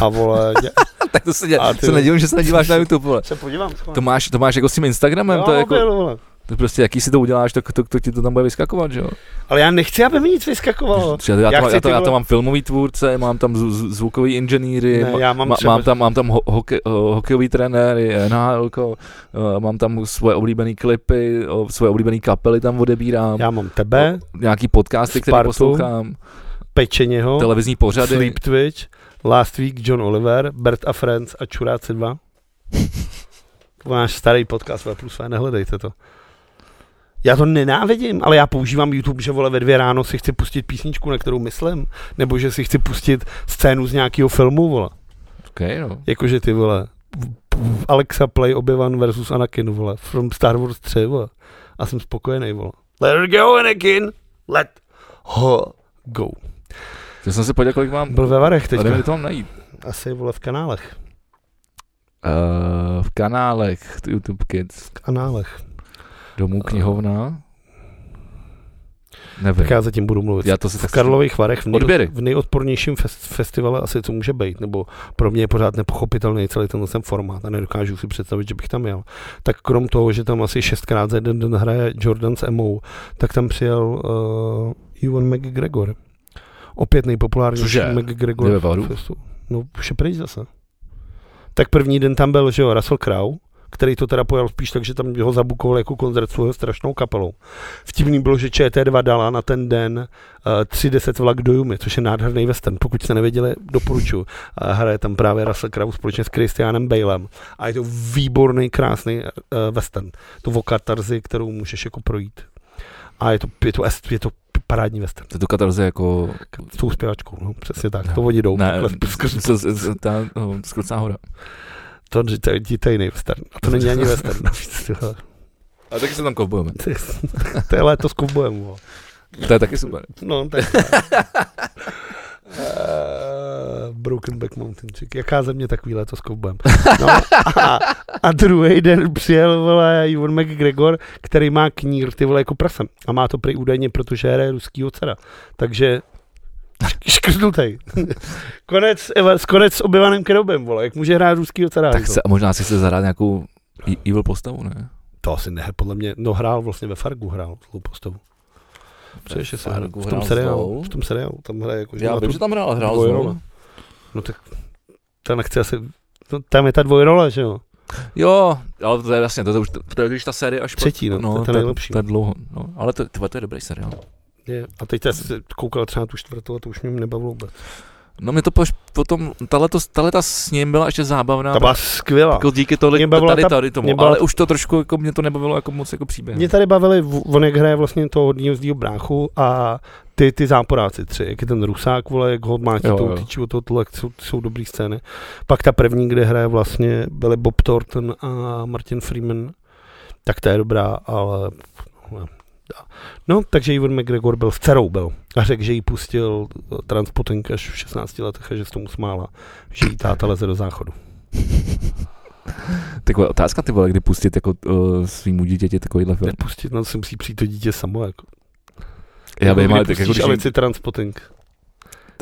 [SPEAKER 2] a vole, dě,
[SPEAKER 1] tak to se, dě,
[SPEAKER 2] A ty
[SPEAKER 1] se
[SPEAKER 2] jo.
[SPEAKER 1] nedivím, že se nedíváš na YouTube, vole.
[SPEAKER 2] se podívám. schválně.
[SPEAKER 1] To máš, to máš jako s tím Instagramem,
[SPEAKER 2] Jo,
[SPEAKER 1] to je jako,
[SPEAKER 2] byl, vole.
[SPEAKER 1] to prostě jaký si to uděláš, tak to, to, ti to tam bude vyskakovat, že jo?
[SPEAKER 2] Ale já nechci, aby mi nic vyskakovalo.
[SPEAKER 1] Protože Já, já, to,
[SPEAKER 2] chci
[SPEAKER 1] já, to,
[SPEAKER 2] No. ty
[SPEAKER 1] já to
[SPEAKER 2] vole-
[SPEAKER 1] mám filmový tvůrce, mám tam zvu- zvu- zvukový inženýry,
[SPEAKER 2] Ne,
[SPEAKER 1] ma-
[SPEAKER 2] já mám
[SPEAKER 1] ma-
[SPEAKER 2] třeba-
[SPEAKER 1] mám tam, mám tam ho, hoke, eh, hokejový trenéry, NHL, eh, mám tam svoje oblíbené klipy, o, svoje oblíbené kapely tam odebírám,
[SPEAKER 2] Já mám tebe,
[SPEAKER 1] nějaký podcasty, které
[SPEAKER 2] Spartu, No.
[SPEAKER 1] poslouchám,
[SPEAKER 2] Pečeněho,
[SPEAKER 1] televizní pořady.
[SPEAKER 2] Sleep Twitch, Last Week John Oliver, Bert a Friends a Čuráci 2. To náš starý podcast V plus V, nehledejte to. Já to nenávidím, ale já používám YouTube, že vole ve dvě ráno si chci pustit písničku, na kterou myslím, nebo že si chci pustit scénu z nějakého filmu, vole.
[SPEAKER 1] Okay, no.
[SPEAKER 2] Jakože ty vole, v- v- Alexa Play Obi-Wan versus Anakin, vole, from Star Wars 3, vole. A jsem spokojený, vole. Let her go, Anakin! Let ho go.
[SPEAKER 1] Já jsem se podíval, kolik mám.
[SPEAKER 2] Byl ve Varech
[SPEAKER 1] Teďka.
[SPEAKER 2] teďka.
[SPEAKER 1] Tady mi to mám najít.
[SPEAKER 2] Asi vole v kanálech.
[SPEAKER 1] Uh, v kanálech YouTube Kids,
[SPEAKER 2] V kanálech.
[SPEAKER 1] domů
[SPEAKER 2] Eh,
[SPEAKER 1] knihovna. Nevím.
[SPEAKER 2] Tak já zatím budu mluvit.
[SPEAKER 1] Já to si
[SPEAKER 2] v Karlových Varech v,
[SPEAKER 1] Odběry.
[SPEAKER 2] nej, v nejodpornějším fest, festivale asi co může být, nebo pro mě je pořád nepochopitelný celý tenhle ten formát a nedokážu si představit, že bych tam jel. Tak krom toho, že tam asi šestkrát za jeden den hraje Jordan s Emou, tak tam přijel uh, Ewan McGregor. Opět nejpopulárnější
[SPEAKER 1] Cože?
[SPEAKER 2] McGregor
[SPEAKER 1] Kde ve Varu?
[SPEAKER 2] festu. No už je pryč zase. Tak první den tam byl, že jo, Russell Crowe, který to teda pojal spíš tak, že tam ho zabukoval jako koncert svého strašnou kapelou. Vtipný bylo, že ČT2 dala na ten den uh, 310 vlak do Jumy, což je nádherný western. Pokud jste nevěděli, doporučuji. Uh, hraje tam právě Russell Crowe společně s Christianem Balem. A je to výborný, krásný uh, western. To o katarzi, kterou můžeš jako projít. A je to, je to, est- je to parádní western.
[SPEAKER 1] To je to katarze jako...
[SPEAKER 2] S tou zpěvačkou, no, přesně tak. To vodí jdou.
[SPEAKER 1] Ne,
[SPEAKER 2] takhle skrz-
[SPEAKER 1] z- z- z- ta no, Skrocná hora.
[SPEAKER 2] To, to, to, je- to je jiný western. A to není ani western. navíc, ty vole.
[SPEAKER 1] A taky se tam kovbojeme.
[SPEAKER 2] Ty- to je léto s kovbojem. vole.
[SPEAKER 1] To je taky super.
[SPEAKER 2] No, tak. Eh, Broken Back Mountain Chick. Jaká země takový léto s kovbojem. No, a, a, druhý den přijel vole, Ivan McGregor, který má knír ty vole jako prasem. A má to prý údajně, protože hraje ruskýho dcera. Takže škrtnutej. konec, Eva, konec s objevaným kerobem, vole. Jak může hrát ruskýho dcera?
[SPEAKER 1] Tak
[SPEAKER 2] jako?
[SPEAKER 1] se, a možná si chce zahrát nějakou e- evil postavu, ne?
[SPEAKER 2] To asi ne, podle mě, no hrál vlastně ve Fargu, hrál tou postavu. Což je
[SPEAKER 1] Fargo
[SPEAKER 2] v tom
[SPEAKER 1] hrál
[SPEAKER 2] seriálu,
[SPEAKER 1] zlou.
[SPEAKER 2] v tom seriálu, tam hraje jako, že
[SPEAKER 1] Já
[SPEAKER 2] má
[SPEAKER 1] vím,
[SPEAKER 2] tu-
[SPEAKER 1] že tam hrál, hrál
[SPEAKER 2] dvojrole.
[SPEAKER 1] znovu.
[SPEAKER 2] no tak ten chce asi, no, tam je ta dvojrola, že jo,
[SPEAKER 1] Jo, ale to je jasně, to, je už, to je už ta série až
[SPEAKER 2] třetí, no, no to je ten
[SPEAKER 1] to,
[SPEAKER 2] nejlepší.
[SPEAKER 1] to je dlouho, no, ale to, tyhle, to je dobrý seriál.
[SPEAKER 2] Je. A teď já jsem koukal třeba na tu čtvrtou a to už mě nebavilo vůbec.
[SPEAKER 1] No mě to poš, potom, tato, tato s ním byla ještě zábavná,
[SPEAKER 2] Ta byla skvělá.
[SPEAKER 1] jako díky tolik,
[SPEAKER 2] Mě bavila
[SPEAKER 1] tady,
[SPEAKER 2] ta-
[SPEAKER 1] tady tomu,
[SPEAKER 2] mě bavila
[SPEAKER 1] ale
[SPEAKER 2] ta-
[SPEAKER 1] už to trošku, jako mě to nebavilo jako moc jako příběh.
[SPEAKER 2] Mě tady bavili, v- on jak hraje vlastně toho hodního zdího bráchu a ty, ty záporáci tři, jak je ten rusák, vole, jak ho mátí
[SPEAKER 1] Jo,
[SPEAKER 2] tou
[SPEAKER 1] jo.
[SPEAKER 2] tyčí od toho tle, jsou, jsou dobrý scény. Pak ta první, kde hraje vlastně, byly Bob Thornton a Martin Freeman, tak ta je dobrá, ale no, No, takže Ivan McGregor byl s dcerou byl a řekl, že jí pustil transpotink až v 16 letech a že se tomu smála, že jí táta leze do záchodu.
[SPEAKER 1] Taková otázka ty vole, kdy pustit jako uh, svýmu dítěti takovýhle film.
[SPEAKER 2] Nepustit, na to si musí přijít to dítě samo, jako.
[SPEAKER 1] Já vím, ale tak
[SPEAKER 2] tak
[SPEAKER 1] jako když...
[SPEAKER 2] Alici Transpotting.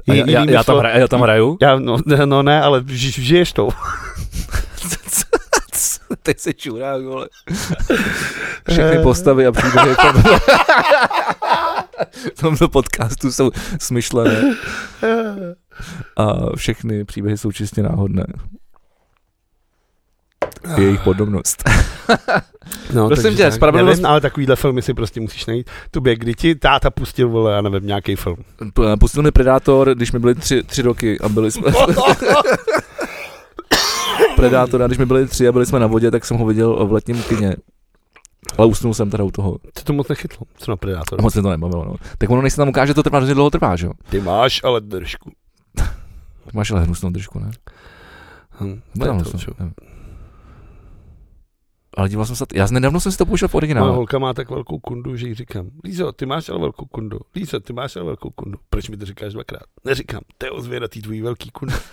[SPEAKER 1] A já, já, já, tam hra, já tam hraju.
[SPEAKER 2] já, no, ne- no, ne, ale ži, žiješ to.
[SPEAKER 1] Teď se čurá, vole. Všechny postavy a příběhy jako- v tom- v tomto podcastu jsou smyšlené a všechny příběhy jsou čistě náhodné. Je jejich podobnost.
[SPEAKER 2] No,
[SPEAKER 1] Prosím
[SPEAKER 2] takže
[SPEAKER 1] tě,
[SPEAKER 2] tak,
[SPEAKER 1] spravedlnost-
[SPEAKER 2] nevím, ale takovýhle filmy si prostě musíš najít. To by, kdy ti táta pustil, vole, já nevím, nějaký film.
[SPEAKER 1] P- Pustil mi Predátor, když mi byly tři, tři roky a byli jsme... Predátora, když mi byli tři a byli jsme na vodě, tak jsem ho viděl v letním kině. Ale usnul jsem teda u toho.
[SPEAKER 2] Ty to moc nechytlo, co na Predátor.
[SPEAKER 1] A moc mě to nebavilo. No. Tak ono, než se tam ukáže, to trvá, že dlouho trvá, že jo?
[SPEAKER 2] Ty máš ale držku.
[SPEAKER 1] Máš ale hnusnou držku, ne?
[SPEAKER 2] Hm,
[SPEAKER 1] Nebo
[SPEAKER 2] to je
[SPEAKER 1] tam
[SPEAKER 2] to,
[SPEAKER 1] hnusnou,
[SPEAKER 2] čo.
[SPEAKER 1] nevím. Ale díval jsem se, já nedávno jsem si to poušel v
[SPEAKER 2] Moje
[SPEAKER 1] originále.
[SPEAKER 2] holka má tak velkou kundu, že jí říkám, Lízo, ty máš ale velkou kundu. Lízo, ty máš ale velkou kundu. Proč mi to říkáš dvakrát? Neříkám, to je ozvědatý tvůj velký kundu.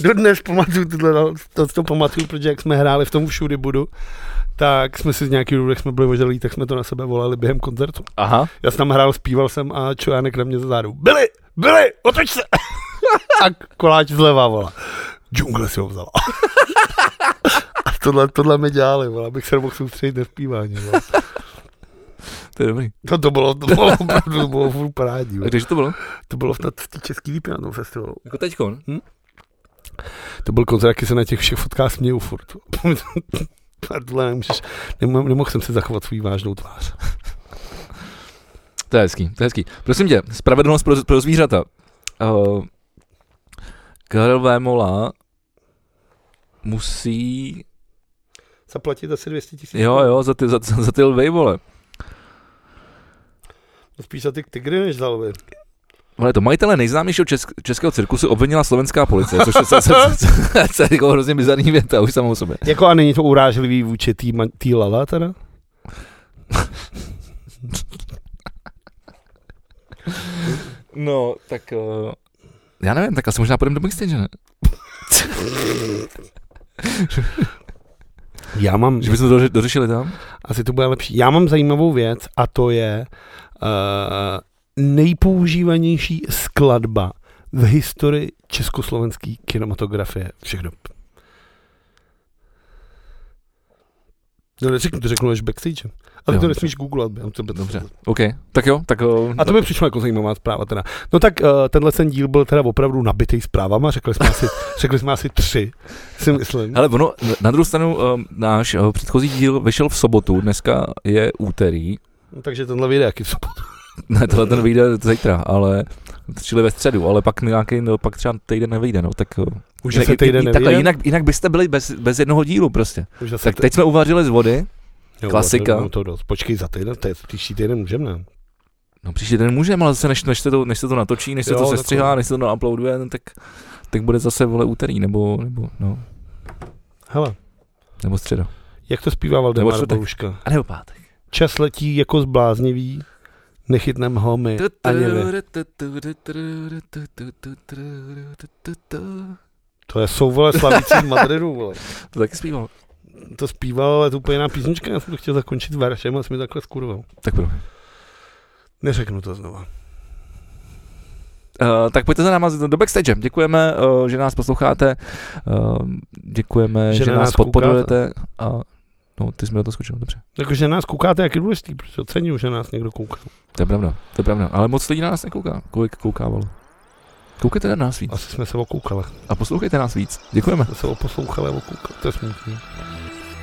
[SPEAKER 2] Dodnes pamatuju tohle, to, to pamatuju, protože jak jsme hráli v tom všudy budu, tak jsme si z nějakých důvodů, jak jsme byli oželí, tak jsme to na sebe volali během koncertu.
[SPEAKER 1] Aha.
[SPEAKER 2] Já jsem tam hrál, zpíval jsem a čojánek na mě ze zádu. Byli, byli, otoč se! a koláč zleva, vola. Džungle si ho vzala. a tohle, tohle mi dělali, vola, abych se nemohl soustředit na zpívání. Vola.
[SPEAKER 1] To je dobrý.
[SPEAKER 2] No to bylo, to bylo opravdu, to bylo furt parádní.
[SPEAKER 1] A
[SPEAKER 2] Vola.
[SPEAKER 1] když to bylo?
[SPEAKER 2] To bylo v na- v té český lípě na tom festivalu.
[SPEAKER 1] Jako teďkon.
[SPEAKER 2] To byl koncert, jaký se na těch všech fotkách směju furt. a tohle nemůžeš, nemohl, nemohl jsem si zachovat svůj vážnou tvář.
[SPEAKER 1] To je hezký, to je hezký. Prosím tě, spravedlnost pro, pro zvířata. Uh, Karel Vémola musí,
[SPEAKER 2] Zaplatit asi 200 tisíc.
[SPEAKER 1] jo jo, za ty, za, za ty lvy, vole.
[SPEAKER 2] No, Spíš za ty tygry než za lvy.
[SPEAKER 1] Ale to majitele nejznámějšího česk, českého cirkusu obvinila slovenská policie, což je co, co, co, co, je jako hrozně bizarní věta už samou o sobě.
[SPEAKER 2] Jako a není to urážlivý vůči tý, ma- tý lala teda?
[SPEAKER 1] No, tak... Uh, já nevím, tak asi možná půjdeme do backstage, ne?
[SPEAKER 2] Já mám,
[SPEAKER 1] Že bychom to doře- dořešili tam?
[SPEAKER 2] asi to bude lepší. Já mám zajímavou věc a to je uh, nejpoužívanější skladba v historii československé kinematografie. Všechno. No neřeknu, to řeknu až backstage. Ale
[SPEAKER 1] Jo,
[SPEAKER 2] to
[SPEAKER 1] dobře.
[SPEAKER 2] nesmíš googlat. já to-
[SPEAKER 1] Dobře. OK, tak jo, tak... Uh,
[SPEAKER 2] A to mi přišlo jako zajímavá zpráva teda. No tak uh, tenhle ten díl byl teda opravdu nabitý zprávama, řekli jsme asi, řekli jsme asi tři, si myslím.
[SPEAKER 1] Hele, ono, na druhou stranu, um, náš uh, předchozí díl vyšel v sobotu, dneska je úterý,
[SPEAKER 2] No, takže tenhle video, jaký jsou.
[SPEAKER 1] ne, tohle ten vyjde zítra, ale, čili ve středu, ale pak nějaký, no, pak třeba týden nevyjde, no, tak... uh,
[SPEAKER 2] Už
[SPEAKER 1] jinak-
[SPEAKER 2] se týden
[SPEAKER 1] i- i- takhle,
[SPEAKER 2] nevíde.
[SPEAKER 1] jinak, jinak byste byli bez, bez jednoho dílu prostě.
[SPEAKER 2] Už zase
[SPEAKER 1] Tak
[SPEAKER 2] t-
[SPEAKER 1] teď jsme uvařili z vody,
[SPEAKER 2] jo, no
[SPEAKER 1] klasika.
[SPEAKER 2] To, to dost. Počkej, za týden, to je příští týden můžeme, ne?
[SPEAKER 1] no příští den můžeme, ale zase než, než, se to, než se to natočí, než se
[SPEAKER 2] Jo,
[SPEAKER 1] to
[SPEAKER 2] tak
[SPEAKER 1] sestřihá,
[SPEAKER 2] to-
[SPEAKER 1] než se to nauploaduje, no, tak, tak bude zase, vole, úterý, nebo, nebo, no,
[SPEAKER 2] Hele,
[SPEAKER 1] nebo středa.
[SPEAKER 2] jak to zpívá
[SPEAKER 1] Nebo
[SPEAKER 2] Valdemar
[SPEAKER 1] čtvrtek.
[SPEAKER 2] Bouška?
[SPEAKER 1] A nebo pátek.
[SPEAKER 2] Čas letí jako zbláznivý, nechytnem ho my ani vy. To je souvole slavící v Madridu, vole.
[SPEAKER 1] To taky zpíval.
[SPEAKER 2] To zpíval, ale to úplně jiná písnička, já jsem to chtěl zakončit veršem a jsi mi takhle skurval.
[SPEAKER 1] Tak pro.
[SPEAKER 2] Neřeknu to znova.
[SPEAKER 1] Uh, tak pojďte za náma z- do backstage. Děkujeme, uh, že nás posloucháte. Uh, děkujeme,
[SPEAKER 2] Že
[SPEAKER 1] že, že
[SPEAKER 2] na
[SPEAKER 1] nás
[SPEAKER 2] nás koukáte.
[SPEAKER 1] podporujete. A, no, ty jsi mi do toho skočil, dobře.
[SPEAKER 2] Jakože nás koukáte, jak je důležitý, protože ocením, že nás někdo kouká.
[SPEAKER 1] To je pravda, to je pravda. Ale moc lidí na nás nekouká. Kolik koukávalo. Koukejte na nás víc
[SPEAKER 2] Asi jsme se okoukali.
[SPEAKER 1] a poslouchejte nás víc. Děkujeme.
[SPEAKER 2] Jsme se oposlouchali a okoukali. To je smutný.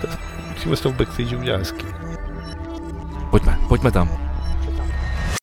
[SPEAKER 2] To je- Musíme s tou backstage udělat hezky.
[SPEAKER 1] Pojďme, pojďme tam.